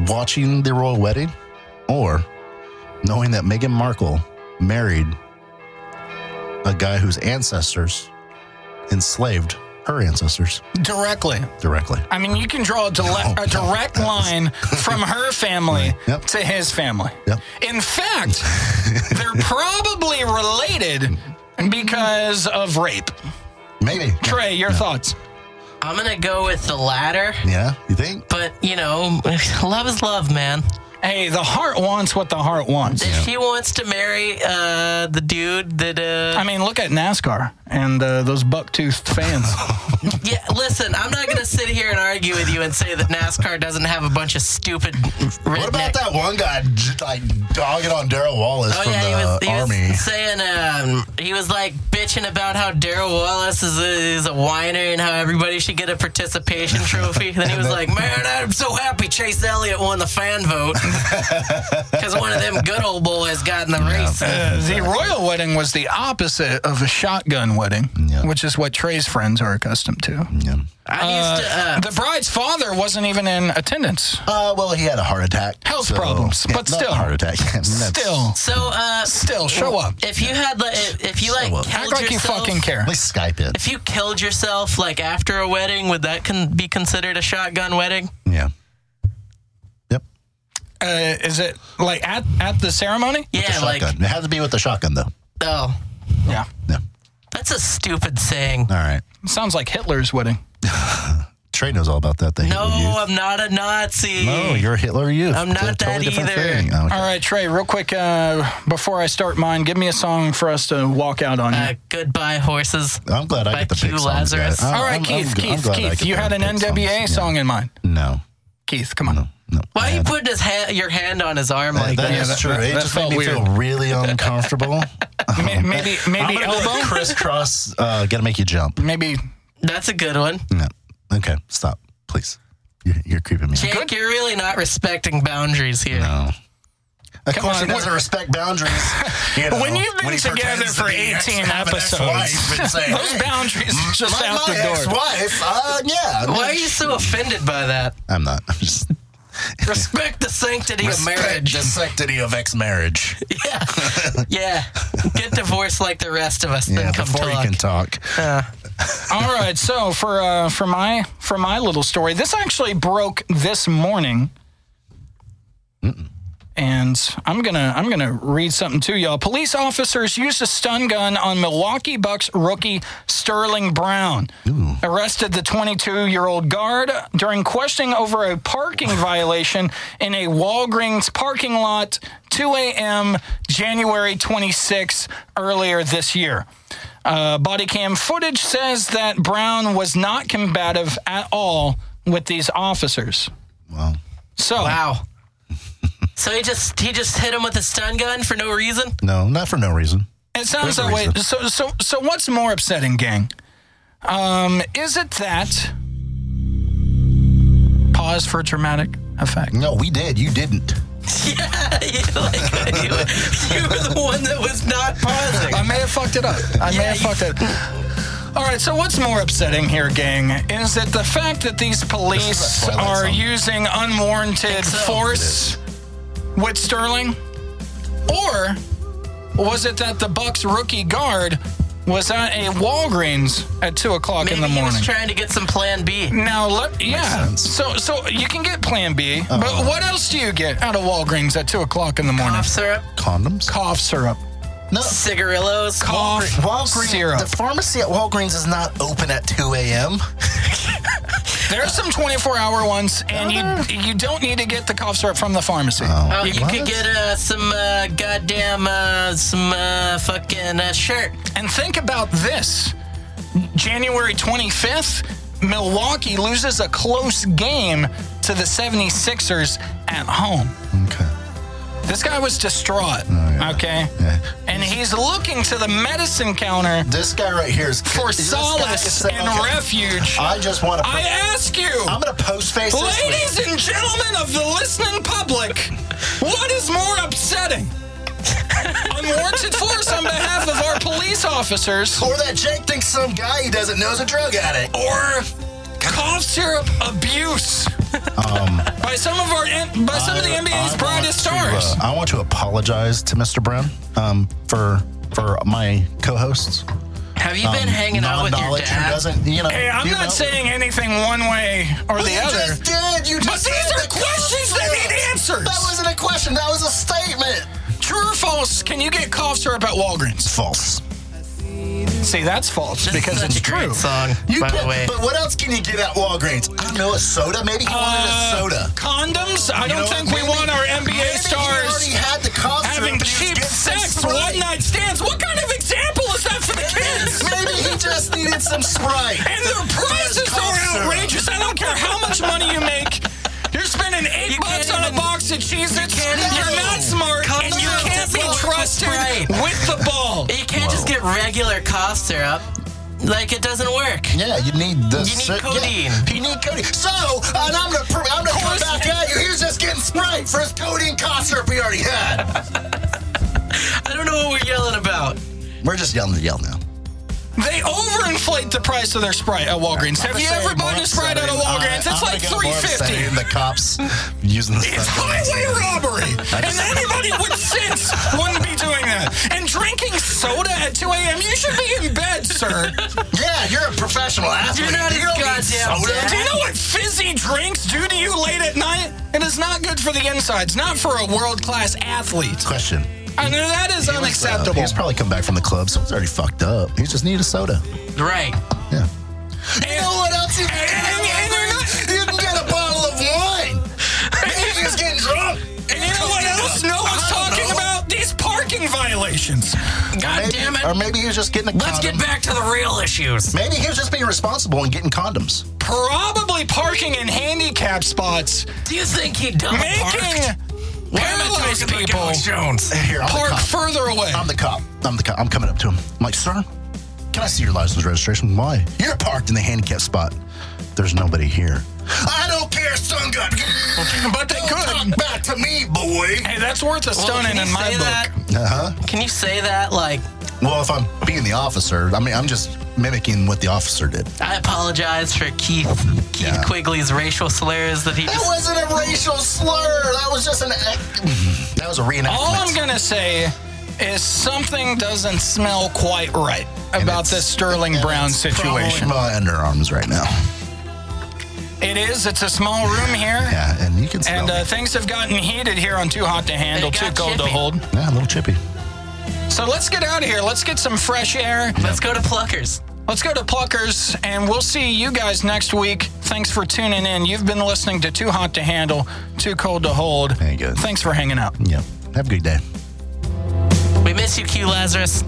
S2: watching the royal wedding or knowing that Meghan Markle married a guy whose ancestors enslaved her ancestors
S1: Directly.
S2: directly.
S1: I mean, you can draw a, dile- a direct line from her family
S2: Yep.
S1: to his family.
S2: Yep.
S1: In fact, they're probably related because of rape.
S2: Maybe.
S1: Trey, your thoughts?
S3: I'm gonna go with the latter.
S2: Yeah, you think?
S3: But you know, love is love, man.
S1: Hey, the heart wants what the heart wants.
S3: If she wants to marry uh, the dude that, uh,
S1: I mean, look at NASCAR and uh, those buck-toothed fans.
S3: yeah, listen, I'm not gonna sit here and argue with you and say that NASCAR doesn't have a bunch of stupid.
S2: What about that one guy j- like dogging on Daryl Wallace
S3: Oh
S2: from
S3: yeah,
S2: the
S3: he was, he
S2: army?
S3: was saying um, he was like bitching about how Daryl Wallace is a, is a whiner and how everybody should get a participation trophy. Then he was like, "Man, I'm so happy Chase Elliott won the fan vote because one of them good old boys got in the race."
S1: Uh, the royal wedding was the opposite of a shotgun wedding, which is what Trey's friends are accustomed to.
S2: Yeah.
S3: I used to. Uh,
S1: The bride's father wasn't even in attendance.
S2: Uh, well, he had a heart attack.
S1: Health problems, but
S2: not
S1: still.
S2: heart attack. That's-
S1: Still,
S3: so uh,
S1: still, show up.
S3: if you had like, if- if you like
S2: So, uh,
S3: killed
S1: Act like you
S3: yourself,
S1: fucking care.
S2: At least Skype it.
S3: If you killed yourself like after a wedding, would that can be considered a shotgun wedding?
S2: Yeah. Yep.
S1: Uh, is it like at at the ceremony?
S3: Yeah,
S2: Shotgun.
S3: like
S2: it had to be with the shotgun though.
S3: oh,
S1: Yeah.
S2: Yeah.
S3: that's a stupid saying.
S2: All right.
S1: Sounds like Hitler's wedding.
S2: Trey knows all about that. The
S3: No,
S2: Hitler Youth.
S3: I'm not a Nazi.
S2: no, you're Hitler Youth.
S3: I'm not
S2: They're a
S3: that
S2: different
S3: either.
S2: Thing. Oh, okay.
S1: All right, Trey, real quick uh, before I start mine, give me a song for us to walk out on.
S3: Uh, goodbye, horses.
S2: I'm glad I
S3: By
S2: get the
S3: Hugh
S2: pick songs,
S3: Lazarus.
S2: guys. I'm-
S1: All right,
S2: I'm-
S1: Keith,
S2: I'm gl- I'm
S1: Keith,
S2: glad I
S1: Keith,
S2: get
S1: you
S2: the
S1: had an
S2: pick
S1: NWA
S2: songs.
S1: song in mind.
S2: Yeah. No.
S1: Keith, come on.
S2: No. No.
S3: Why are
S2: I
S3: you
S2: had-
S3: putting his ha- your hand on his arm
S2: Uh,
S3: like
S2: that
S3: that?
S2: is
S1: that-
S2: true.
S1: that-
S2: It
S1: that
S2: just
S1: felt
S2: made me feel really uncomfortable.
S1: May- Maybe
S2: I'm
S1: maybe
S2: gonna go
S1: elbow.
S2: crisscross. Uh, gonna make you jump.
S1: Maybe
S3: That's a good one.
S2: No. Okay. Stop, please. You're, you're creeping me. out.
S3: Jake, you're really not respecting boundaries here.
S2: No. Of
S1: Come
S2: course,
S1: on,
S2: he doesn't
S1: we're-
S2: respect boundaries. you know,
S1: When you've been
S2: when he
S1: together
S2: pretends
S1: for
S2: to be
S1: 18
S2: have an
S1: episodes,
S2: ex-wife and say,
S1: those
S2: "Hey,
S1: boundaries are just
S2: my,
S1: out
S2: my
S1: the door.
S2: ex-wife, uh, yeah.
S3: Why are you so offended by that?
S2: I'm not. I'm just.
S3: Respect the sanctity of marriage.
S2: The sanctity of ex marriage.
S3: Yeah. yeah. Get divorced like the rest of us,
S2: Yeah,
S3: then come
S2: before
S3: talk.
S2: you can talk.
S1: All right, so for uh, for my for my little story, this actually broke this morning, and I'm gonna I'm gonna read something to y'all. Police officers used a stun gun on Milwaukee Bucks rookie Sterling Brown, arrested the 22 year old guard during questioning over a parking violation in a Walgreens parking lot, 2 a.m. January 26 earlier this year. Uh, body cam footage says that Brown was not combative at all with these officers.
S2: Well,
S1: So,
S3: Wow. so he just he just hit him with a stun gun for no reason?
S2: no, not for no reason.
S1: It sounds
S2: There's a
S1: that way.
S2: reason.
S1: So, so, so, what's more upsetting, gang? Um, is it that? Pause for dramatic effect.
S2: No, we did. You didn't.
S3: Yeah. You, like, you, you were the one that was not pausing.
S1: I may have fucked it up. I may
S3: Yeah,
S1: have
S3: you-
S1: fucked it. up. All right. So, what's more upsetting here, gang, is that the fact that these police
S2: Twilight
S1: are
S2: Zone.
S1: using unwarranted
S3: so.
S1: force with Sterling, or was it that the Bucks rookie guard was at a Walgreens at two o'clock
S3: Maybe
S1: in the
S3: he
S1: morning?
S3: was trying to get some plan B.
S1: Now, let, yeah.
S2: sense. Uh-huh.
S1: So, so you can get Plan B, but what else do you get out of Walgreens at two o'clock in the morning?
S3: Cough syrup,
S2: Condoms?
S1: Cough syrup.
S2: no.
S3: cigarillos.
S1: Cough
S2: Walgreens.
S1: syrup.
S2: The pharmacy at Walgreens is not open at 2 a.m.
S1: There's some 24-hour ones, and
S2: Uh-huh.
S1: you you don't need to get the cough syrup from the pharmacy.
S3: Oh, you
S2: What?
S3: could get uh, some uh, goddamn uh, some uh, fucking uh, shirt.
S1: And think about this: January 25th, Milwaukee loses a close game to the 76ers at home.
S2: Okay.
S1: This guy was distraught.
S2: Oh, yeah.
S1: Okay.
S2: Yeah.
S1: And he's looking to the medicine counter
S2: This guy right here is
S1: for
S2: this guy is
S1: solace
S2: saying,
S1: and
S2: okay,
S1: refuge.
S2: I just want to.
S1: I ask you,
S2: I'm gonna post face. this week.
S1: ladies and gentlemen of the listening public, what is more upsetting? Unwarranted force on behalf of our police officers
S2: Or that Jake thinks some guy he doesn't know is a drug addict.
S1: or cough syrup abuse by some of our by some of the NBA's
S2: Um, I
S1: brightest
S2: want to,
S1: stars.
S2: uh, I want to apologize to Mr. Brown um, for for my co-hosts. um,
S3: Have you been
S1: Um,
S3: hanging out with your
S2: non-knowledge Who
S3: dad?
S2: doesn't, you know,
S1: hey, I'm
S2: you
S1: not
S2: know.
S1: saying anything one way or
S2: Well,
S1: the
S2: you
S1: other.
S2: Just did. You
S1: But
S2: just
S1: these
S2: said
S1: are
S2: the
S1: questions
S2: cough
S1: that
S2: syrup.
S1: need answers.
S2: That wasn't a question. That was a statement.
S1: True or false? Can you get cough syrup at Walgreens?
S2: False.
S1: See, that's false
S3: This is
S1: because
S3: such
S1: it's
S3: a great
S1: true.
S3: Song,
S2: You
S3: by
S2: can,
S3: the way.
S2: but what else can you get at Walgreens? I don't know a soda. Maybe he
S1: Uh,
S2: wanted a soda.
S1: Condoms? I
S2: You
S1: don't
S2: know
S1: think
S2: what?
S1: we want our
S2: Maybe
S1: NBA
S2: he
S1: stars
S2: already had the cough syrup
S1: having
S2: and he was
S1: cheap
S2: getting some
S1: sex,
S2: Sprite.
S1: one night stands. What kind of example is that for the kids?
S2: Maybe he just needed some Sprite.
S1: And their prices
S2: cough
S1: are
S2: syrup.
S1: outrageous. I don't care how much money you make. You're spending eight
S3: You
S1: bucks
S3: can't
S1: on a
S3: even-
S1: box of cheese. Its. You
S3: can't even-
S1: are not smart,
S3: Come
S1: and you
S3: on,
S1: can't
S3: it's
S1: be
S3: local
S1: trusted
S3: Sprite.
S1: with the ball.
S3: You can't just get regular cough syrup. Like it doesn't work.
S2: Yeah, you need the.
S3: You need
S2: yeah,
S3: codeine.
S2: you need codeine. So, and I'm gonna, pr- I'm gonna come back at you. He was just getting Sprite for his codeine cough syrup he already had.
S3: I don't know what we're yelling about.
S2: We're just yelling to yell now.
S1: They overinflate the price of their Sprite at Walgreens. Have you ever bought a Sprite at a Walgreens? It's like three fifty.
S2: The cops using the.
S1: It's highway robbery, and anybody with sense wouldn't be doing that. And drinking soda at 2 a.m. You should be in bed, sir.
S2: Yeah, you're a professional athlete.
S3: You're not
S2: you
S3: a
S2: don't need
S3: goddamn
S2: soda.
S3: dad.
S1: Do you know what fizzy drinks do to you late at night? It is not good for the insides. Not for a world-class athlete.
S2: Question.
S1: I know that is
S2: He was, uh,
S1: unacceptable.
S2: He's probably come back from the club, so he's already fucked up. He just needed a soda.
S3: Right.
S2: Yeah.
S1: And-
S2: You know what else you
S1: and-
S2: can get?
S1: and- and you're not-
S2: You can get a bottle of wine. Maybe he was getting drunk.
S1: And you know what else no one's talking about? These parking violations.
S3: God
S2: Maybe,
S3: damn
S2: Or
S3: it.
S2: maybe he was just getting a
S3: Let's
S2: condom.
S3: get back to the real issues.
S2: Maybe he was just being responsible and getting condoms.
S1: Probably parking in handicap spots,
S3: Do you think he dumb
S1: making paralyzed people
S3: Jones.
S2: Here, I'm
S1: park
S2: the cop.
S1: further away.
S2: I'm the cop. I'm the cop. I'm coming up to him. I'm like, sir, can I see your license registration? Why? You're parked in the handicap spot. There's nobody here. I don't care, son. God.
S1: But they
S2: Don't
S1: could.
S2: Talk back to me, boy.
S1: Hey, that's worth a stunning
S3: can
S1: in
S3: you
S1: my
S3: say
S1: book.
S3: that?
S2: Uh huh.
S3: Can you say that like
S2: Well, if I'm being the officer, I mean, I'm just mimicking what the officer did.
S3: I apologize for Keith Keith
S2: Yeah.
S3: Quigley's racial slurs that he
S2: That
S3: just
S2: wasn't a racial slur. That was just an. act- That was a reenactment.
S1: All I'm going to say is something doesn't smell quite right about this Sterling Brown situation.
S2: Probably my underarms right now.
S1: It is. It's a small room here.
S2: Yeah, and you can smell.
S1: And uh,
S2: it.
S1: things have gotten heated here on Too Hot to Handle,
S3: They
S1: Too
S3: got
S1: Cold to
S3: chippy.
S1: Hold.
S2: yeah, a little chippy.
S1: So let's get out of here. Let's get some fresh air.
S3: Let's go to Pluckers.
S1: Let's go to Pluckers, and we'll see you guys next week. Thanks for tuning in. You've been listening to Too Hot to Handle, Too Cold to Hold.
S2: Very good.
S1: Thanks for hanging out.
S2: Yeah. Have a good day.
S3: We miss you, Q Lazarus.